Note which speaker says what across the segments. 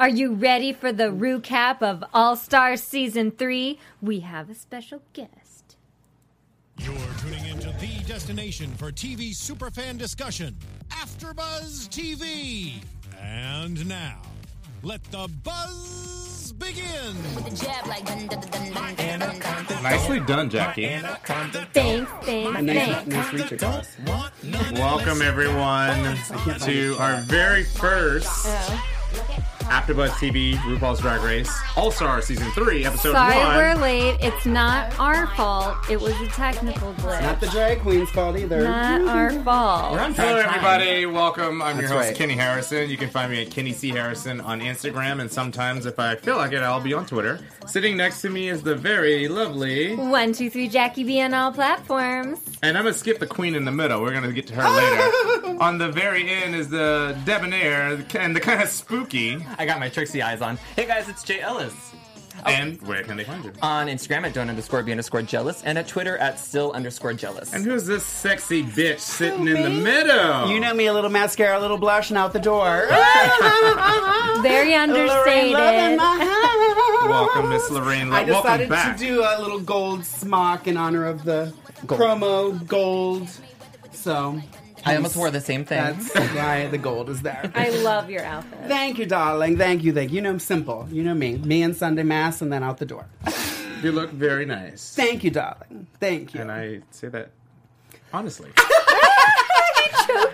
Speaker 1: Are you ready for the recap of All Star Season 3? We have a special guest.
Speaker 2: You're tuning into the destination for TV superfan discussion, AfterBuzz TV. And now, let the buzz begin.
Speaker 3: jab like dun dun dun dun dun dun dun.
Speaker 4: Nicely done, Jackie.
Speaker 1: Thanks, thanks,
Speaker 5: Nice,
Speaker 1: thanks.
Speaker 5: nice reach across.
Speaker 4: Welcome everyone to our very first AfterBuzz TV RuPaul's Drag Race All Star Season Three, Episode
Speaker 1: Sorry
Speaker 4: One.
Speaker 1: we're late. It's not our fault. It was a technical
Speaker 5: Not
Speaker 1: glitch.
Speaker 5: the drag queen's fault either.
Speaker 1: Not our fault.
Speaker 4: Hello, everybody. Welcome. I'm your
Speaker 5: That's
Speaker 4: host,
Speaker 5: right.
Speaker 4: Kenny Harrison. You can find me at Kenny C. Harrison on Instagram, and sometimes, if I feel like it, I'll be on Twitter. Sitting next to me is the very lovely,
Speaker 1: One, two, three, Jackie B on all platforms.
Speaker 4: and I'm gonna skip the queen in the middle. We're gonna get to her later. on the very end is the debonair and the kind of spooky.
Speaker 1: Oh.
Speaker 6: I got my Trixie eyes on. Hey guys, it's Jay Ellis.
Speaker 4: And where can they find you?
Speaker 6: On Instagram at don't underscore be underscore jealous and at Twitter at still underscore jealous.
Speaker 4: And who's this sexy bitch sitting in the middle?
Speaker 5: You know me, a little mascara, a little blush, and out the door.
Speaker 1: Very
Speaker 5: Lorraine Love
Speaker 1: understated.
Speaker 5: in my house.
Speaker 4: Welcome, Miss Lorraine Love.
Speaker 5: I decided
Speaker 4: Welcome back.
Speaker 5: to do a little gold smock in honor of the
Speaker 6: Gold.
Speaker 5: promo gold. So
Speaker 6: I almost wore the same thing.
Speaker 5: that's why the gold is there.
Speaker 1: I love your outfit.
Speaker 5: Thank you, darling. Thank you, thank you. You know I'm simple. You know me. Me and Sunday Mass, and then out the door.
Speaker 4: you look very nice.
Speaker 5: Thank you, darling. Thank you.
Speaker 4: and I say that honestly.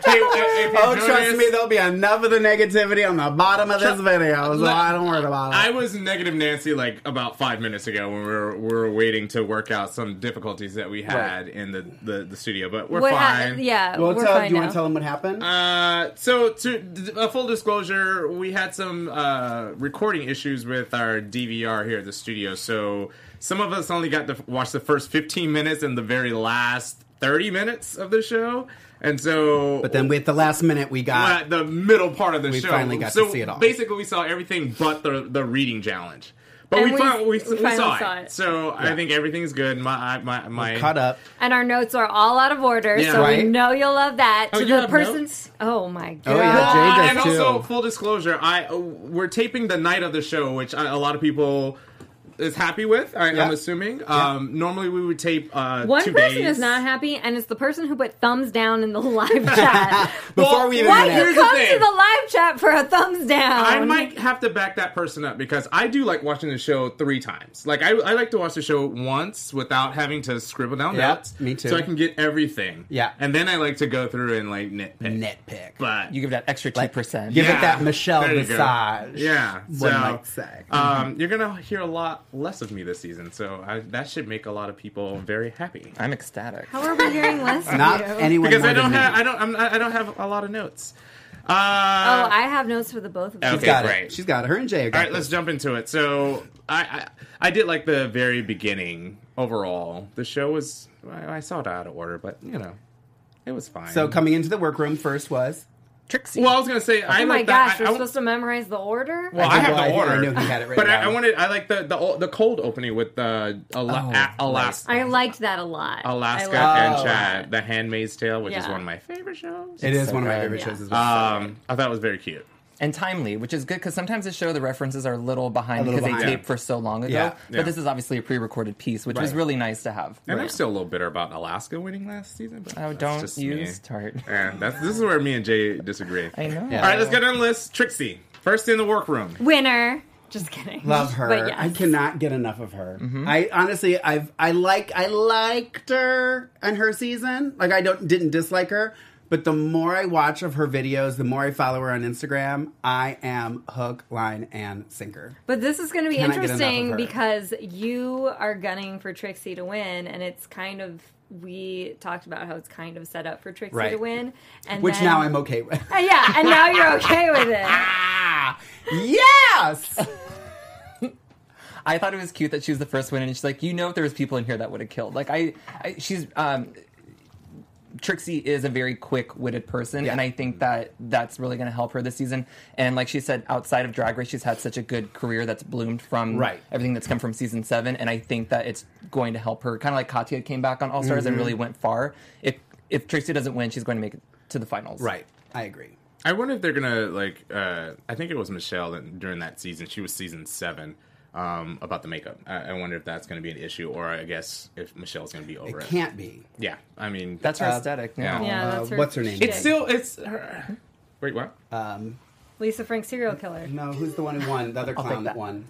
Speaker 4: Hey, if you're
Speaker 5: Oh,
Speaker 4: doing
Speaker 5: trust
Speaker 4: this-
Speaker 5: me, there'll be enough of the negativity on the bottom of this
Speaker 4: Tru-
Speaker 5: video, so
Speaker 4: Let-
Speaker 5: I don't worry about it.
Speaker 4: I was negative Nancy like about five minutes ago when we were, we were waiting to work out some difficulties that we had in the, the, the studio, but we're
Speaker 1: What
Speaker 4: fine.
Speaker 1: happened? Yeah,
Speaker 5: Well,
Speaker 1: we're
Speaker 5: tell,
Speaker 1: fine
Speaker 5: you
Speaker 1: now.
Speaker 5: want to tell them what happened?
Speaker 4: Uh, so to d- a full disclosure, we had some uh, recording issues with our DVR here at the studio. So some of us only got to f- watch the first 15 minutes and the very last 30 minutes of the show. And so
Speaker 5: but then we, at the last minute, we got.
Speaker 4: at the middle part of the
Speaker 5: We
Speaker 4: show,
Speaker 5: finally got
Speaker 4: so
Speaker 5: to see it all.
Speaker 4: Basically, we saw everything but the the reading challenge. But
Speaker 1: And
Speaker 4: we,
Speaker 1: we-
Speaker 4: fin- we,
Speaker 1: we
Speaker 4: we,
Speaker 1: finally
Speaker 4: saw,
Speaker 1: saw
Speaker 4: it.
Speaker 1: it.
Speaker 4: so I think everything's good. My I- my my
Speaker 5: Cut up.
Speaker 1: And our notes are all out of order,
Speaker 4: Yeah.
Speaker 1: so we
Speaker 5: Right.
Speaker 1: know you'll love that.
Speaker 4: Oh,
Speaker 1: to
Speaker 4: you
Speaker 1: the
Speaker 4: have
Speaker 1: persons. Oh my god.
Speaker 5: yeah, Jay
Speaker 4: Uh,
Speaker 5: does
Speaker 4: and also,
Speaker 5: too.
Speaker 4: full disclosure, I uh, we're taping the night of the show, which I, a lot of people is happy with. I,
Speaker 5: Yeah.
Speaker 4: I'm assuming. Um, Normally, we would tape uh,
Speaker 1: One
Speaker 4: two
Speaker 1: person
Speaker 4: days.
Speaker 1: is not happy, and it's the person who put thumbs down in the live chat.
Speaker 5: Before we even
Speaker 1: Why
Speaker 5: went
Speaker 1: you
Speaker 4: here's
Speaker 5: in.
Speaker 4: the
Speaker 1: come to
Speaker 4: thing.
Speaker 1: the live chat for a thumbs down?
Speaker 4: I might have to back that person up because I do like watching the show three times. Like I, I like to watch the show once without having to scribble down
Speaker 5: Yeah,
Speaker 4: notes.
Speaker 5: me too.
Speaker 4: So I can get everything.
Speaker 5: Yeah.
Speaker 4: and then I like to go through and like nitpick.
Speaker 5: Nitpick.
Speaker 4: But
Speaker 6: You give that extra 2%.
Speaker 5: Give
Speaker 4: Yeah.
Speaker 5: it that Michelle
Speaker 4: There you go.
Speaker 5: massage.
Speaker 4: Yeah.
Speaker 5: One
Speaker 4: so,
Speaker 5: might say. Mm-hmm.
Speaker 4: Um, you're gonna hear a lot less of me this season, so I, that should make a lot of people very happy.
Speaker 6: I'm ecstatic.
Speaker 1: How are we hearing less of
Speaker 5: Not
Speaker 1: you?
Speaker 5: anyone
Speaker 4: Because
Speaker 5: more
Speaker 4: I don't
Speaker 5: than
Speaker 4: have,
Speaker 5: me.
Speaker 4: I don't, I'm, not- I don't have a lot of notes. Uh,
Speaker 1: oh, I have notes for the both of you.
Speaker 4: Okay,
Speaker 5: She's got
Speaker 4: great.
Speaker 5: it. She's got it. Her and Jay. Are
Speaker 4: all right, let's jump into it. So I, I, I did like the very beginning overall. The show was, I, I saw it out of order, but you know, it was fine.
Speaker 5: So coming into the workroom first was.
Speaker 6: Trixie.
Speaker 4: Well, I was gonna say, I
Speaker 1: Oh my
Speaker 4: like that.
Speaker 1: gosh,
Speaker 4: I-
Speaker 1: we're
Speaker 4: I-
Speaker 1: supposed to memorize the order.
Speaker 4: Well, I,
Speaker 5: did
Speaker 4: have
Speaker 5: know- I
Speaker 4: the
Speaker 5: knew-
Speaker 4: order.
Speaker 5: I knew he had it
Speaker 4: But
Speaker 5: written
Speaker 4: I, I
Speaker 5: down.
Speaker 4: wanted. I like the the, the cold opening with the Ala-
Speaker 6: Oh,
Speaker 4: A- Alaska,
Speaker 1: I liked that a lot. I
Speaker 4: Alaska
Speaker 1: liked
Speaker 4: and
Speaker 1: that a
Speaker 4: Chad,
Speaker 1: lot.
Speaker 4: the Handmaid's Tale, which is
Speaker 1: Yeah.
Speaker 4: one of my favorite shows.
Speaker 5: It is
Speaker 6: so
Speaker 5: one of my
Speaker 6: good.
Speaker 5: favorite
Speaker 1: Yeah.
Speaker 5: shows. As well.
Speaker 4: Um, I thought it was very cute.
Speaker 6: and timely, which is good because sometimes the show the references are a little behind
Speaker 5: A little
Speaker 6: because
Speaker 5: behind.
Speaker 6: they taped for so long ago.
Speaker 5: Yeah.
Speaker 6: But
Speaker 4: Yeah.
Speaker 6: this is obviously a pre-recorded piece, which was
Speaker 5: Right.
Speaker 6: really nice to have.
Speaker 4: And I'm still a little bitter about Alaska winning last season. But
Speaker 6: Oh,
Speaker 4: that's
Speaker 6: don't
Speaker 4: just
Speaker 6: you
Speaker 4: me.
Speaker 6: start.
Speaker 4: Yeah, that's this is where me and Jay disagree.
Speaker 6: I know.
Speaker 4: All right, let's get on the list. Trixie, first in the workroom.
Speaker 1: Winner. Just kidding.
Speaker 5: Love her. Mm-hmm.
Speaker 1: But yes.
Speaker 5: I cannot get enough of her. I honestly, I've I like I liked her and her season. Like I don't didn't dislike her, but the more I watch of her videos, the more I follow her on Instagram. I am hook, line, and sinker.
Speaker 1: But this is going to be
Speaker 5: Cannot get enough of
Speaker 1: interesting
Speaker 5: her.
Speaker 1: because you are gunning for Trixie to win, and it's kind of we talked about how it's kind of set up for Trixie to
Speaker 5: Right.
Speaker 1: win, and
Speaker 5: Which
Speaker 1: then-
Speaker 5: now I'm okay with.
Speaker 1: Uh, Yeah, and now you're okay with it.
Speaker 5: ah, yes.
Speaker 6: I thought it was cute that she was the first one, and she's like, you know, if there was people in here that would have killed. Like I, I she's um, Trixie is a very quick-witted person, and I think that that's really going to help her this season. And like she said, outside of Drag Race, she's had such a good career that's bloomed from
Speaker 5: Right.
Speaker 6: everything that's come from season seven, and I think that it's going to help her. Kind of like Katya came back on All
Speaker 5: Mm-hmm.
Speaker 6: Stars and really went far. If if Trixie doesn't win, she's going to make it to the finals.
Speaker 5: right. I agree.
Speaker 4: I wonder if they're gonna like. Uh, I think it was Michelle that during that season. She was season seven. Um, about the makeup, I, I wonder if that's going to be an issue, or I guess if Michelle's going to be over
Speaker 5: It
Speaker 4: it.
Speaker 5: can't be.
Speaker 4: Yeah, I mean
Speaker 6: That's her aesthetic.
Speaker 4: yeah.
Speaker 6: Yeah.
Speaker 1: Yeah,
Speaker 5: Uh,
Speaker 1: that's her
Speaker 5: what's her name?
Speaker 1: shit.
Speaker 4: it's still it's her. Wait, what?
Speaker 5: Um,
Speaker 1: Lisa Frank serial killer.
Speaker 5: no, who's the one who won? The other clown that
Speaker 6: that.
Speaker 5: won.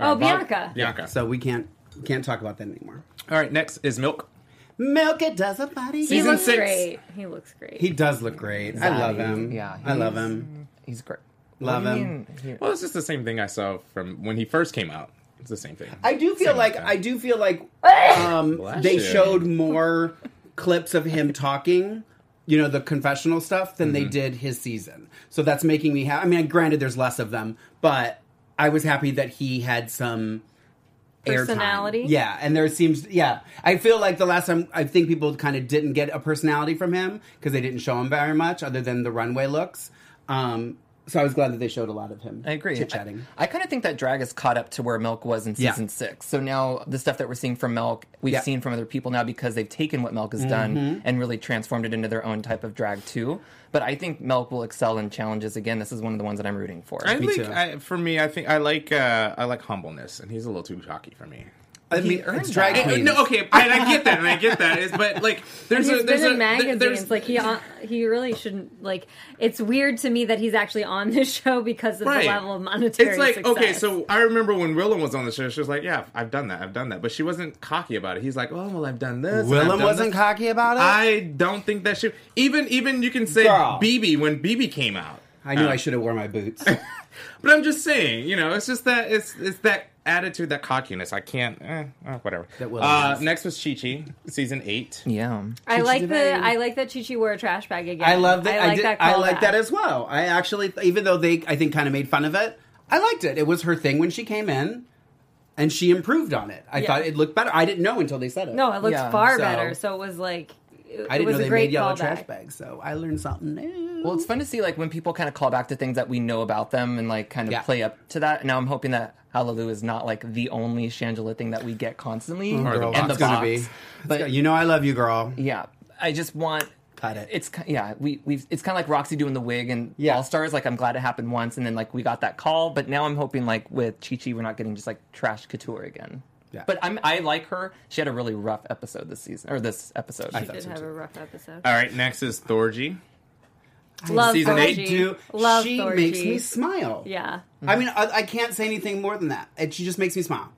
Speaker 1: Oh,
Speaker 4: Uh, Bob-
Speaker 1: Bianca.
Speaker 4: Bianca.
Speaker 5: So we can't can't talk about that anymore.
Speaker 4: All right, next is Milk.
Speaker 5: Milk it does a body.
Speaker 1: He
Speaker 4: Season
Speaker 1: looks
Speaker 4: six.
Speaker 1: great. He looks great.
Speaker 5: He does look great. I love him.
Speaker 6: Yeah,
Speaker 5: I love
Speaker 6: he's-
Speaker 5: him.
Speaker 6: He's great.
Speaker 5: Love
Speaker 6: What do you
Speaker 5: him.
Speaker 6: mean he-
Speaker 4: Well, it's just the same thing I saw from when he first came out. It's the same thing.
Speaker 5: I do feel
Speaker 4: Same
Speaker 5: like
Speaker 4: thing.
Speaker 5: I do feel like um,
Speaker 4: Bless
Speaker 5: they
Speaker 4: you.
Speaker 5: showed more clips of him talking, you know, the confessional stuff than they did his season. So that's making me happy. I mean, granted, there's less of them, but I was happy that he had some airtime.
Speaker 1: Personality?
Speaker 5: Yeah, and there seems yeah. I feel like the last time I think people kind of didn't get a personality from him because they didn't show him very much other than the runway looks. Um, so I was glad that they showed a lot of him.
Speaker 6: I agree.
Speaker 5: Chit-chatting.
Speaker 6: I, kind of think that drag has caught up to where Milk was in
Speaker 5: Yeah.
Speaker 6: season six. So now the stuff that we're seeing from Milk, we've
Speaker 5: Yeah. Mm-hmm.
Speaker 6: seen from other people now because they've taken what Milk has done and really transformed it into their own type of drag too. But I think Milk will excel in challenges again. This is one of the ones that I'm rooting for.
Speaker 4: I like,
Speaker 5: too.
Speaker 4: I, for me, I think I like uh, I like humbleness, and he's a little too cocky for me.
Speaker 5: I mean,
Speaker 6: earned
Speaker 5: it's drag
Speaker 6: that.
Speaker 5: queens.
Speaker 4: no, okay, and I get that, and I get that, is, but like, there's
Speaker 1: He's
Speaker 4: a there's
Speaker 1: been
Speaker 4: a
Speaker 1: in
Speaker 4: there-
Speaker 1: magazines.
Speaker 4: there's
Speaker 1: like he on, he really shouldn't. Like it's weird to me that he's actually on this show because of
Speaker 4: Right.
Speaker 1: the level of monetary.
Speaker 4: It's like
Speaker 1: success.
Speaker 4: okay, so I remember when Willem was on the show, she was like, "Yeah, I've done that, I've done that," but she wasn't cocky about it. He's like, "Oh well, I've done this." and I've
Speaker 5: Willem
Speaker 4: done
Speaker 5: wasn't
Speaker 4: this."
Speaker 5: cocky about it.
Speaker 4: I don't think that she even even you can say
Speaker 5: Girl.
Speaker 4: BB when BB came out.
Speaker 5: I knew
Speaker 4: Uh,
Speaker 5: I should have worn my boots.
Speaker 4: But I'm just saying, you know, it's just that it's it's that attitude, that cockiness. I can't, eh, oh, whatever.
Speaker 5: That Willem
Speaker 4: uh,
Speaker 5: has.
Speaker 4: next was Chi Chi, season eight.
Speaker 6: yeah.
Speaker 1: I like the
Speaker 5: Devane.
Speaker 1: I like that Chi Chi wore a trash bag again.
Speaker 5: I love that. I,
Speaker 1: like
Speaker 5: did,
Speaker 1: that.
Speaker 5: I like that
Speaker 1: callback.
Speaker 5: as well. I actually, even though they, I think, kind of made fun of it, I liked it. It was her thing when she came in, and she improved on it. I
Speaker 1: Yeah.
Speaker 5: thought it looked better. I didn't know until they said it.
Speaker 1: No, it looks
Speaker 6: Yeah,
Speaker 1: far
Speaker 5: so-
Speaker 1: better. So it was like it,
Speaker 5: I
Speaker 1: it
Speaker 5: didn't
Speaker 1: was
Speaker 5: know
Speaker 1: a
Speaker 5: they
Speaker 1: great
Speaker 5: made yellow
Speaker 1: callback.
Speaker 5: trash bags. So I learned something new.
Speaker 6: Well, it's fun to see like when people kind of call back to things that we know about them and like kind of
Speaker 5: Yeah.
Speaker 6: play up to that. Now I'm hoping that Hallelujah is not like the only Shangela thing that we get constantly,
Speaker 4: Or the box.
Speaker 6: and the
Speaker 5: it's Mm-hmm. gonna be.
Speaker 6: box. But
Speaker 5: you know, I love you, girl.
Speaker 6: Yeah, I just want
Speaker 5: Cut it.
Speaker 6: It's ki- yeah, we we've it's kind of like Roxy doing the wig and
Speaker 5: Yeah.
Speaker 6: All Stars. Like I'm glad it happened once, and then like we got that call. But now I'm hoping like with Chi Chi, we're not getting just like trash couture again.
Speaker 5: Yeah.
Speaker 6: But I'm I like her. She had a really rough episode this season or this episode.
Speaker 1: She did have a rough episode.
Speaker 4: All right, next is Thorgy.
Speaker 1: love
Speaker 4: season
Speaker 1: Thorgy.
Speaker 4: eight,
Speaker 5: I do.
Speaker 1: Love
Speaker 5: she
Speaker 1: Thorgy.
Speaker 5: makes me smile.
Speaker 1: Yeah.
Speaker 5: I mean, I, I can't say anything more than that. It, she just makes me smile.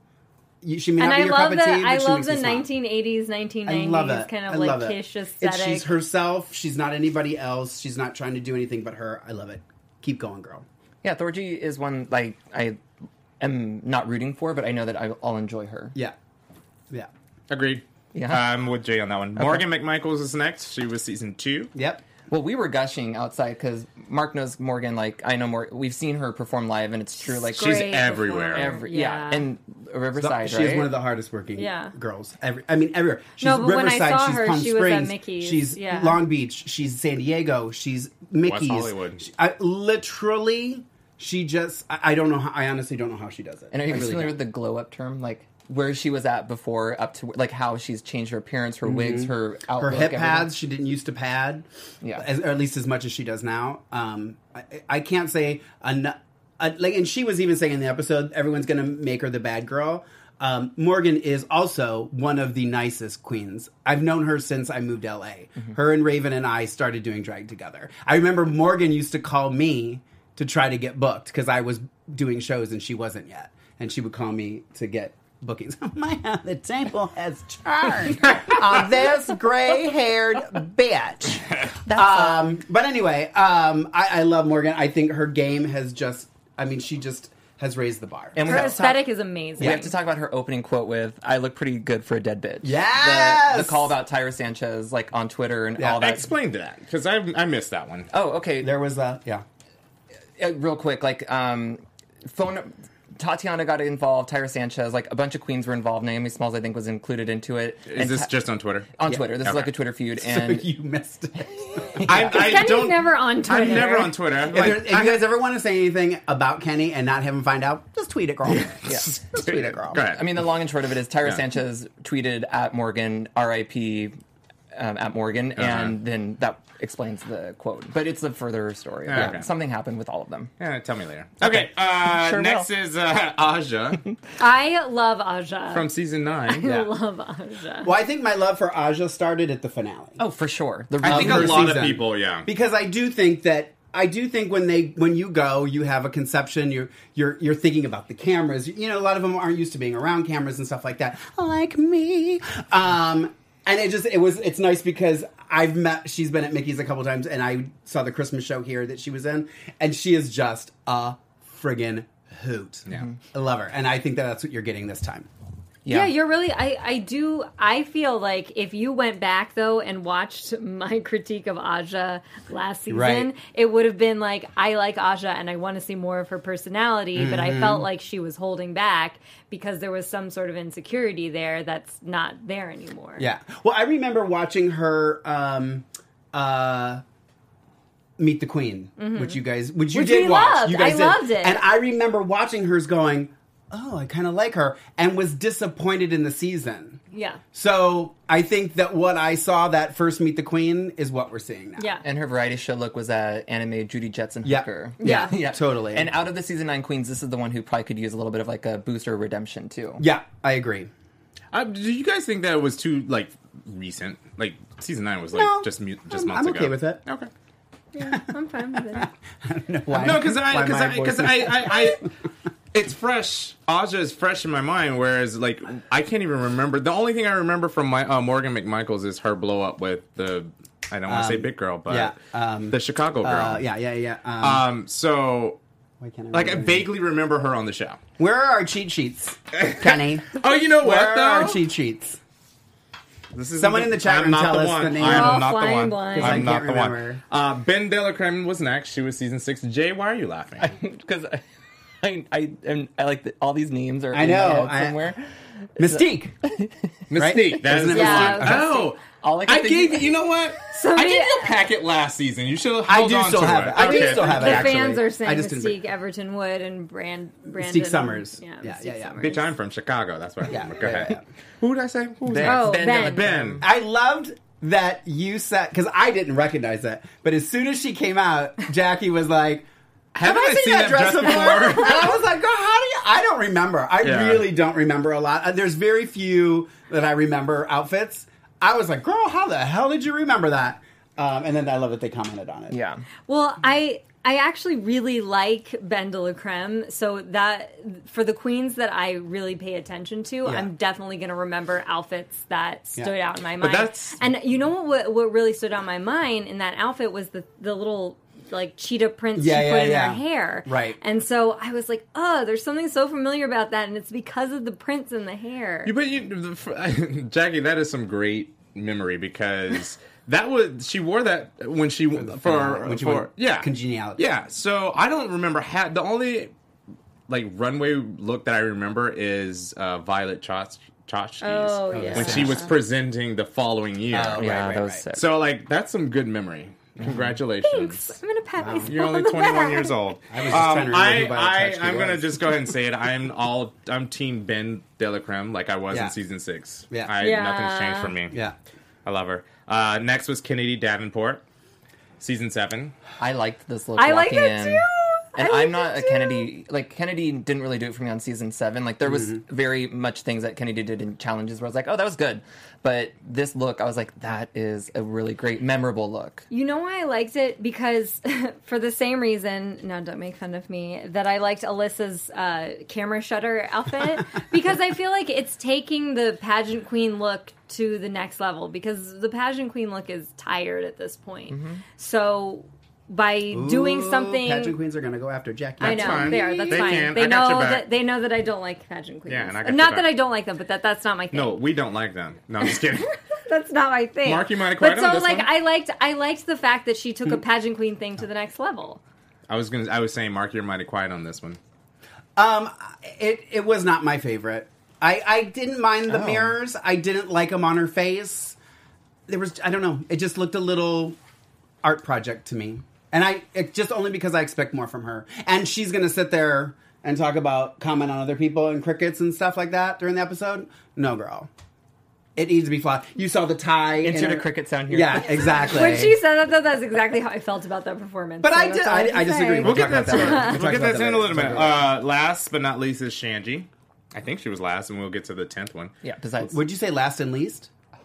Speaker 5: You- She may
Speaker 1: And
Speaker 5: not
Speaker 1: I
Speaker 5: be your
Speaker 1: love
Speaker 5: cup
Speaker 1: the
Speaker 5: of tea, but
Speaker 1: I
Speaker 5: she
Speaker 1: love
Speaker 5: makes
Speaker 1: the
Speaker 5: me smile.
Speaker 1: 1980s, 1990s
Speaker 5: I love it.
Speaker 1: kind of
Speaker 5: I
Speaker 1: like
Speaker 5: love it.
Speaker 1: Kish aesthetic.
Speaker 5: It's- she's herself. She's not anybody else. She's not trying to do anything but her. I love it. Keep going, girl.
Speaker 6: Yeah, Thorgy is one like I am not rooting for, but I know that I- I'll enjoy her.
Speaker 5: Yeah, yeah,
Speaker 4: Agreed.
Speaker 6: Yeah.
Speaker 4: I'm with Jay on that one. Morgan McMichaels is next. She was season two.
Speaker 5: yep.
Speaker 6: Well, we were gushing outside because Mark knows Morgan. Like I know more. We've seen her perform live, and it's true. Like
Speaker 4: She's
Speaker 1: Great
Speaker 4: everywhere.
Speaker 1: performer.
Speaker 6: every yeah, and Riverside.
Speaker 5: she's
Speaker 6: right?
Speaker 5: one of the hardest working
Speaker 1: Yeah.
Speaker 5: girls. Every, I mean, everywhere. She's
Speaker 1: No, but when I
Speaker 5: Riverside.
Speaker 1: saw
Speaker 5: she's
Speaker 1: her,
Speaker 5: Palm
Speaker 1: she was at
Speaker 5: Springs.
Speaker 1: Mickey's,
Speaker 5: She's
Speaker 1: yeah.
Speaker 5: Long Beach. She's San Diego. She's Mickey's.
Speaker 4: Hollywood.
Speaker 5: She- I, literally, she just. I, I don't know. How, I honestly don't know how she does it.
Speaker 6: And are
Speaker 5: I
Speaker 6: you
Speaker 5: really
Speaker 6: familiar
Speaker 5: don't.
Speaker 6: with the glow up term? Like where she was at before, up to like how she's changed her appearance, her wigs, her
Speaker 5: Mm-hmm. her
Speaker 6: outlook,
Speaker 5: hip
Speaker 6: everything.
Speaker 5: pads she didn't used to pad
Speaker 6: Yeah.
Speaker 5: as, or at least as much as she does now um i, I can't say enough like and she was even saying in the episode everyone's gonna make her the bad girl um, Morgan is also one of the nicest queens. I've known her since I moved to LA.
Speaker 6: Mm-hmm.
Speaker 5: Her and Raven and I started doing drag together. I remember Morgan used to call me to try to get booked because I was doing shows and she wasn't yet. And she would call me to get bookings. My, the table has turned on this gray haired bitch. Um, but anyway, um, I, I love Morgan. I think her game has just, I mean, she just has raised the bar.
Speaker 6: And we
Speaker 1: Her
Speaker 6: have to talk-
Speaker 1: aesthetic is amazing.
Speaker 6: We have to talk about her opening quote with "I look pretty good for a dead bitch."
Speaker 5: Yes!
Speaker 6: the, the call about Tyra Sanchez, like on Twitter and
Speaker 5: Yeah.
Speaker 6: all that.
Speaker 4: Explain that because I I missed that one.
Speaker 6: oh, okay.
Speaker 5: there was a, yeah.
Speaker 6: uh, real quick, like um, phone. Tatiana got involved. Tyra Sanchez, like a bunch of queens were involved. Naomi Smalls, I think, was included into it.
Speaker 4: Is this
Speaker 6: Ta-
Speaker 4: just on Twitter?
Speaker 6: on Twitter? This
Speaker 4: Okay.
Speaker 6: is like a Twitter feud,
Speaker 5: So
Speaker 6: and
Speaker 5: you missed it.
Speaker 4: I, I
Speaker 1: Kenny's
Speaker 4: don't.
Speaker 1: never on Twitter.
Speaker 4: I'm never on Twitter. I'm
Speaker 5: If,
Speaker 4: like,
Speaker 5: there- if you guys ever want to say anything about Kenny and not have him find out, just tweet it, girl. Just tweet it, girl.
Speaker 4: Go ahead.
Speaker 6: I mean, the long and short of it is Tyra
Speaker 4: Yeah.
Speaker 6: Sanchez tweeted at Morgan, RIP, um, at Morgan, and then that explains the quote. But it's a further story. Yeah,
Speaker 4: okay.
Speaker 6: Something happened with all of them.
Speaker 4: Yeah, tell me later. Okay, uh,
Speaker 6: Sure
Speaker 4: next
Speaker 6: will.
Speaker 4: is uh, Aja
Speaker 1: I love Aja.
Speaker 4: from season nine.
Speaker 1: I
Speaker 4: Yeah.
Speaker 1: love Aja.
Speaker 5: Well, I think my love for Aja started at the finale.
Speaker 6: Oh, for sure. The
Speaker 4: I
Speaker 6: real-
Speaker 4: think
Speaker 5: her
Speaker 4: a lot
Speaker 5: season.
Speaker 4: of people, yeah.
Speaker 5: because I do think that I do think when they when you go, you have a conception. You're you're you're thinking about the cameras. You know, a lot of them aren't used to being around cameras and stuff like that. Like me, um, and it just it was it's nice because I've met. She's been at Mickey's a couple times, and I saw the Christmas show here that she was in, and she is just a friggin' hoot. Yeah, I love her, and I think that that's what you're getting this time.
Speaker 1: Yeah. you're really. I I do. I feel like if you went back though and watched my critique of Aja last season,
Speaker 5: Right.
Speaker 1: it would have been like I like Aja and I want to see more of her personality, but I felt
Speaker 6: Mm-hmm.
Speaker 1: like she was holding back because there was some sort of insecurity there that's not there anymore.
Speaker 5: Yeah. Well, I remember watching her um uh Meet the Queen, which you guys which you
Speaker 1: Which
Speaker 5: did
Speaker 1: we
Speaker 5: watch.
Speaker 1: loved.
Speaker 5: You guys
Speaker 1: I
Speaker 5: did.
Speaker 1: loved it.
Speaker 5: And I remember watching hers going, "Oh, I kind of like her," and was disappointed in the season.
Speaker 1: Yeah.
Speaker 5: So, I think that what I saw that first Meet the Queen is what we're seeing now.
Speaker 1: Yeah.
Speaker 6: and her variety show look was uh, anime Judy Jetson
Speaker 5: Yeah.
Speaker 6: Hooker.
Speaker 5: Yeah.
Speaker 1: Yeah.
Speaker 5: Totally.
Speaker 6: And out of the season nine queens, this is the one who probably could use a little bit of like a booster redemption too.
Speaker 5: Yeah, I agree.
Speaker 4: Uh, do you guys think that was too like recent? Like season nine was like
Speaker 5: No.
Speaker 4: just mu- just
Speaker 5: I'm-
Speaker 4: months
Speaker 5: I'm
Speaker 4: ago.
Speaker 5: okay with it.
Speaker 4: Okay.
Speaker 1: yeah. I'm fine with it.
Speaker 5: Why-
Speaker 4: No, because I
Speaker 5: why
Speaker 4: because
Speaker 5: my
Speaker 4: I
Speaker 5: voice
Speaker 4: because
Speaker 5: is-
Speaker 4: I, I, I it's fresh. Aja is fresh in my mind, whereas like I can't even remember. The only thing I remember from my uh, Morgan McMichaels is her blow up with the I don't want to say big girl, but
Speaker 5: yeah, um,
Speaker 4: the Chicago girl.
Speaker 5: uh, yeah, Mm. yeah, yeah. Um,
Speaker 4: Um. So
Speaker 5: why can't I
Speaker 4: like I
Speaker 5: remember?
Speaker 4: vaguely remember her on the show.
Speaker 5: Where are our cheat sheets, Kenny?
Speaker 4: Oh, you know what
Speaker 5: Where are our
Speaker 4: though?
Speaker 5: cheat sheets?
Speaker 4: This is
Speaker 5: Someone in the chat
Speaker 4: I'm
Speaker 5: room
Speaker 4: not
Speaker 5: tell
Speaker 4: the
Speaker 5: us
Speaker 4: one.
Speaker 5: the name.
Speaker 4: I
Speaker 5: We're
Speaker 4: am
Speaker 1: all
Speaker 4: not the
Speaker 1: flying
Speaker 4: one.
Speaker 1: blind.
Speaker 5: I
Speaker 4: I'm not
Speaker 5: can't
Speaker 4: the
Speaker 5: remember.
Speaker 4: one. Uh, ben Della Cremen was next. She was season six. Jay, why are you laughing?
Speaker 6: Because I, I, I, and I like that all these names are
Speaker 5: I
Speaker 6: in my
Speaker 5: know,
Speaker 6: head
Speaker 5: I-
Speaker 6: somewhere.
Speaker 5: Mystique.
Speaker 4: Mystique. That
Speaker 5: Isn't
Speaker 4: is
Speaker 5: it
Speaker 1: Yeah,
Speaker 4: the
Speaker 1: Mystique?
Speaker 4: one. Oh,
Speaker 6: All I
Speaker 4: I,
Speaker 6: can think
Speaker 4: gave
Speaker 6: of-
Speaker 4: you know what?
Speaker 1: So did-
Speaker 4: I gave you a packet last season. You should have
Speaker 5: I
Speaker 4: held
Speaker 5: do
Speaker 4: on
Speaker 5: still
Speaker 4: to
Speaker 5: have it. I do still have
Speaker 1: The
Speaker 5: it. actually.
Speaker 1: fans are saying
Speaker 5: I just didn't
Speaker 1: Mystique
Speaker 5: bring-
Speaker 1: Everton Wood and Brand Brandon
Speaker 5: Summers.
Speaker 1: Yeah,
Speaker 5: Yeah,
Speaker 1: Mystique
Speaker 5: yeah, yeah.
Speaker 1: Summers.
Speaker 4: Bitch, I'm from Chicago. That's why.
Speaker 5: Yeah,
Speaker 4: Go
Speaker 5: yeah,
Speaker 4: ahead.
Speaker 5: yeah.
Speaker 4: Who did I say? Who was
Speaker 6: Ben.
Speaker 4: that?
Speaker 1: Oh,
Speaker 6: Ben
Speaker 1: Ben.
Speaker 4: Ben.
Speaker 5: I loved that you said because I didn't recognize that, but as soon as she came out, Jackie was like, "Have, I, seen, that, dress before?" and I was like, "Girl, how do you?" I don't remember. I
Speaker 4: Yeah.
Speaker 5: really don't remember a lot. Uh, There's very few that I remember outfits. I was like, "Girl, how the hell did you remember that?" Um, and then I love that they commented on it.
Speaker 6: Yeah.
Speaker 1: Well, I I actually really like Ben de la Creme, so that for the queens that I really pay attention to, I'm definitely going to remember outfits that stood
Speaker 5: Yeah.
Speaker 1: out in my
Speaker 4: But
Speaker 1: mind.
Speaker 4: that's-
Speaker 1: and you know what, what? What really stood out in my mind in that outfit was the the little like cheetah prints
Speaker 5: Yeah,
Speaker 1: she
Speaker 5: yeah,
Speaker 1: put in
Speaker 5: yeah.
Speaker 1: her hair.
Speaker 5: Right.
Speaker 1: And so I was like, oh, there's something so familiar about that, and it's because of the prints in the hair.
Speaker 4: You, but you, the- Jackie, that is some great memory because that was she wore that when she for, for,
Speaker 5: when she went
Speaker 4: yeah
Speaker 5: congeniality.
Speaker 4: Yeah, so I don't remember ha- the only like runway look that I remember is uh, Violet Chach- Chachki's
Speaker 1: Oh, yeah.
Speaker 4: when she was presenting the following year.
Speaker 5: Oh, right,
Speaker 6: yeah,
Speaker 5: right,
Speaker 6: that was
Speaker 5: right.
Speaker 6: sick.
Speaker 4: So like that's some good memory. Congratulations.
Speaker 1: Thanks. I'm gonna pat myself.
Speaker 4: You're only
Speaker 1: on the
Speaker 4: 21
Speaker 1: back.
Speaker 4: years old. I
Speaker 5: was just trying to remember who
Speaker 4: I,
Speaker 5: Violet Chachki
Speaker 4: I'm gonna
Speaker 5: was.
Speaker 4: just go ahead and say it. I'm all I'm Team Ben Delacreme, like I was
Speaker 5: Yeah.
Speaker 4: in season six.
Speaker 5: Yeah.
Speaker 4: I,
Speaker 1: Yeah.
Speaker 4: nothing's changed for me.
Speaker 5: yeah.
Speaker 4: I love her. Uh, next was Kennedy Davenport, season seven.
Speaker 6: I liked this look.
Speaker 1: I like
Speaker 6: walking
Speaker 1: that
Speaker 6: in.
Speaker 1: too.
Speaker 6: And
Speaker 1: I like
Speaker 6: I'm not
Speaker 1: that
Speaker 6: a
Speaker 1: too.
Speaker 6: Kennedy. Like Kennedy didn't really do it for me on season seven. Like there was very much things that Kennedy did in challenges where I was like, oh, that was good. But this look, I was like, that is a really great, memorable look.
Speaker 1: You know why I liked it? Because for the same reason, no, don't make fun of me, that I liked Alyssa's uh, camera shutter outfit. because I feel like it's taking the pageant queen look to the next level because the pageant queen look is tired at this point.
Speaker 4: Mm-hmm.
Speaker 1: So by doing
Speaker 5: Ooh,
Speaker 1: something.
Speaker 5: Pageant queens are gonna go after Jackie.
Speaker 1: I
Speaker 4: That's
Speaker 1: know
Speaker 4: fine.
Speaker 1: they are. That's
Speaker 4: They
Speaker 1: fine.
Speaker 4: can.
Speaker 1: They
Speaker 4: I got
Speaker 1: know
Speaker 4: your back.
Speaker 1: that they know that I don't like pageant queens.
Speaker 4: Yeah, and I got
Speaker 1: not
Speaker 4: your
Speaker 1: that I
Speaker 4: back.
Speaker 1: don't like them, but that that's not my thing.
Speaker 4: No, we don't like them. No, I'm just kidding.
Speaker 1: that's not my thing.
Speaker 4: Marky Mark,
Speaker 1: But
Speaker 4: Marky,
Speaker 1: so
Speaker 4: this
Speaker 1: like
Speaker 4: one?
Speaker 1: I liked I liked the fact that she took
Speaker 5: Hmm.
Speaker 1: a pageant queen thing to the next level.
Speaker 4: I was gonna. I was saying, Mark, you're mighty quiet on this one.
Speaker 5: Um, it it was not my favorite. I I didn't mind the
Speaker 6: Oh.
Speaker 5: mirrors. I didn't like them on her face. There was I don't know. It just looked a little art project to me, and I it just only because I expect more from her. And she's gonna sit there and talk about comment on other people and crickets and stuff like that during the episode. No, girl. It needs to be flawed. You saw the tie. in
Speaker 6: Insert a
Speaker 5: her-
Speaker 6: cricket sound here.
Speaker 5: Yeah, exactly.
Speaker 1: When she said that, though, that's exactly how I felt about that performance.
Speaker 5: but
Speaker 1: So
Speaker 5: I
Speaker 1: that's
Speaker 5: did.
Speaker 1: all
Speaker 5: I,
Speaker 1: can
Speaker 5: I
Speaker 1: say.
Speaker 5: disagree.
Speaker 4: We'll get
Speaker 5: talk about
Speaker 4: that soon.
Speaker 5: later.
Speaker 4: We'll
Speaker 5: talk
Speaker 4: get
Speaker 5: about
Speaker 4: that in a little
Speaker 5: later.
Speaker 4: bit. Uh, last but not least is Shanji. I think she was last, and we'll get to the tenth one.
Speaker 6: Yeah. Besides,
Speaker 5: Would you say last and least? Is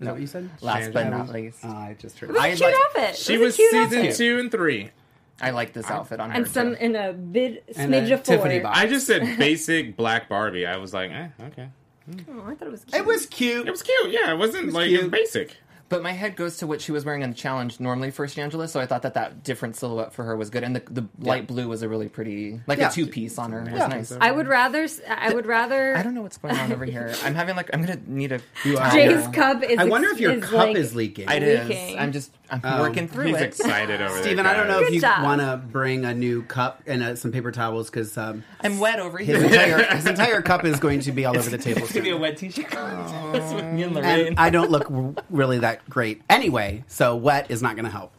Speaker 5: that what you said?
Speaker 6: last but not least,
Speaker 5: Uh, I just heard.
Speaker 1: It was a
Speaker 6: I
Speaker 1: cute
Speaker 6: like-
Speaker 1: outfit.
Speaker 4: She
Speaker 1: it was,
Speaker 4: was
Speaker 1: a cute
Speaker 4: season
Speaker 1: outfit.
Speaker 4: two and three.
Speaker 6: I like this outfit on her.
Speaker 1: and some
Speaker 6: too.
Speaker 1: in a bid
Speaker 5: And a
Speaker 1: smidge of four.
Speaker 5: Tiffany box.
Speaker 4: I just said basic black Barbie. I was like, eh, okay.
Speaker 1: Oh, I thought it was cute.
Speaker 5: It was cute.
Speaker 4: It was cute. Yeah, it wasn't like it was
Speaker 5: cute.
Speaker 4: basic.
Speaker 6: But my head goes to what she was wearing on the challenge normally for Shangela, so I thought that that different silhouette for her was good, and the, the light blue was a really pretty, like
Speaker 5: Yeah.
Speaker 6: a two piece on her was
Speaker 5: Yeah.
Speaker 6: nice. I,
Speaker 1: I would rather. s- I would rather.
Speaker 6: don't know what's going on over here. I'm having like I'm gonna need a.
Speaker 5: are-
Speaker 1: Jay's
Speaker 5: Yeah.
Speaker 1: cup is.
Speaker 5: I wonder if your
Speaker 1: is
Speaker 5: cup
Speaker 1: like-
Speaker 5: is leaking.
Speaker 6: It
Speaker 1: leaking.
Speaker 6: is. I'm just I'm
Speaker 5: Um,
Speaker 6: working through
Speaker 4: He's
Speaker 6: it.
Speaker 4: excited over there.
Speaker 5: Steven, I don't know
Speaker 4: guys.
Speaker 5: if you
Speaker 1: job.
Speaker 5: want to bring a new cup and uh, some paper towels because um,
Speaker 6: I'm wet over
Speaker 5: his,
Speaker 6: here.
Speaker 5: entire, his entire cup is going to be all over the table.
Speaker 6: It's gonna be a
Speaker 5: soon.
Speaker 6: wet t-shirt contest with me and Lorraine.
Speaker 5: And I don't look r- really that great anyway, so wet is not going to help.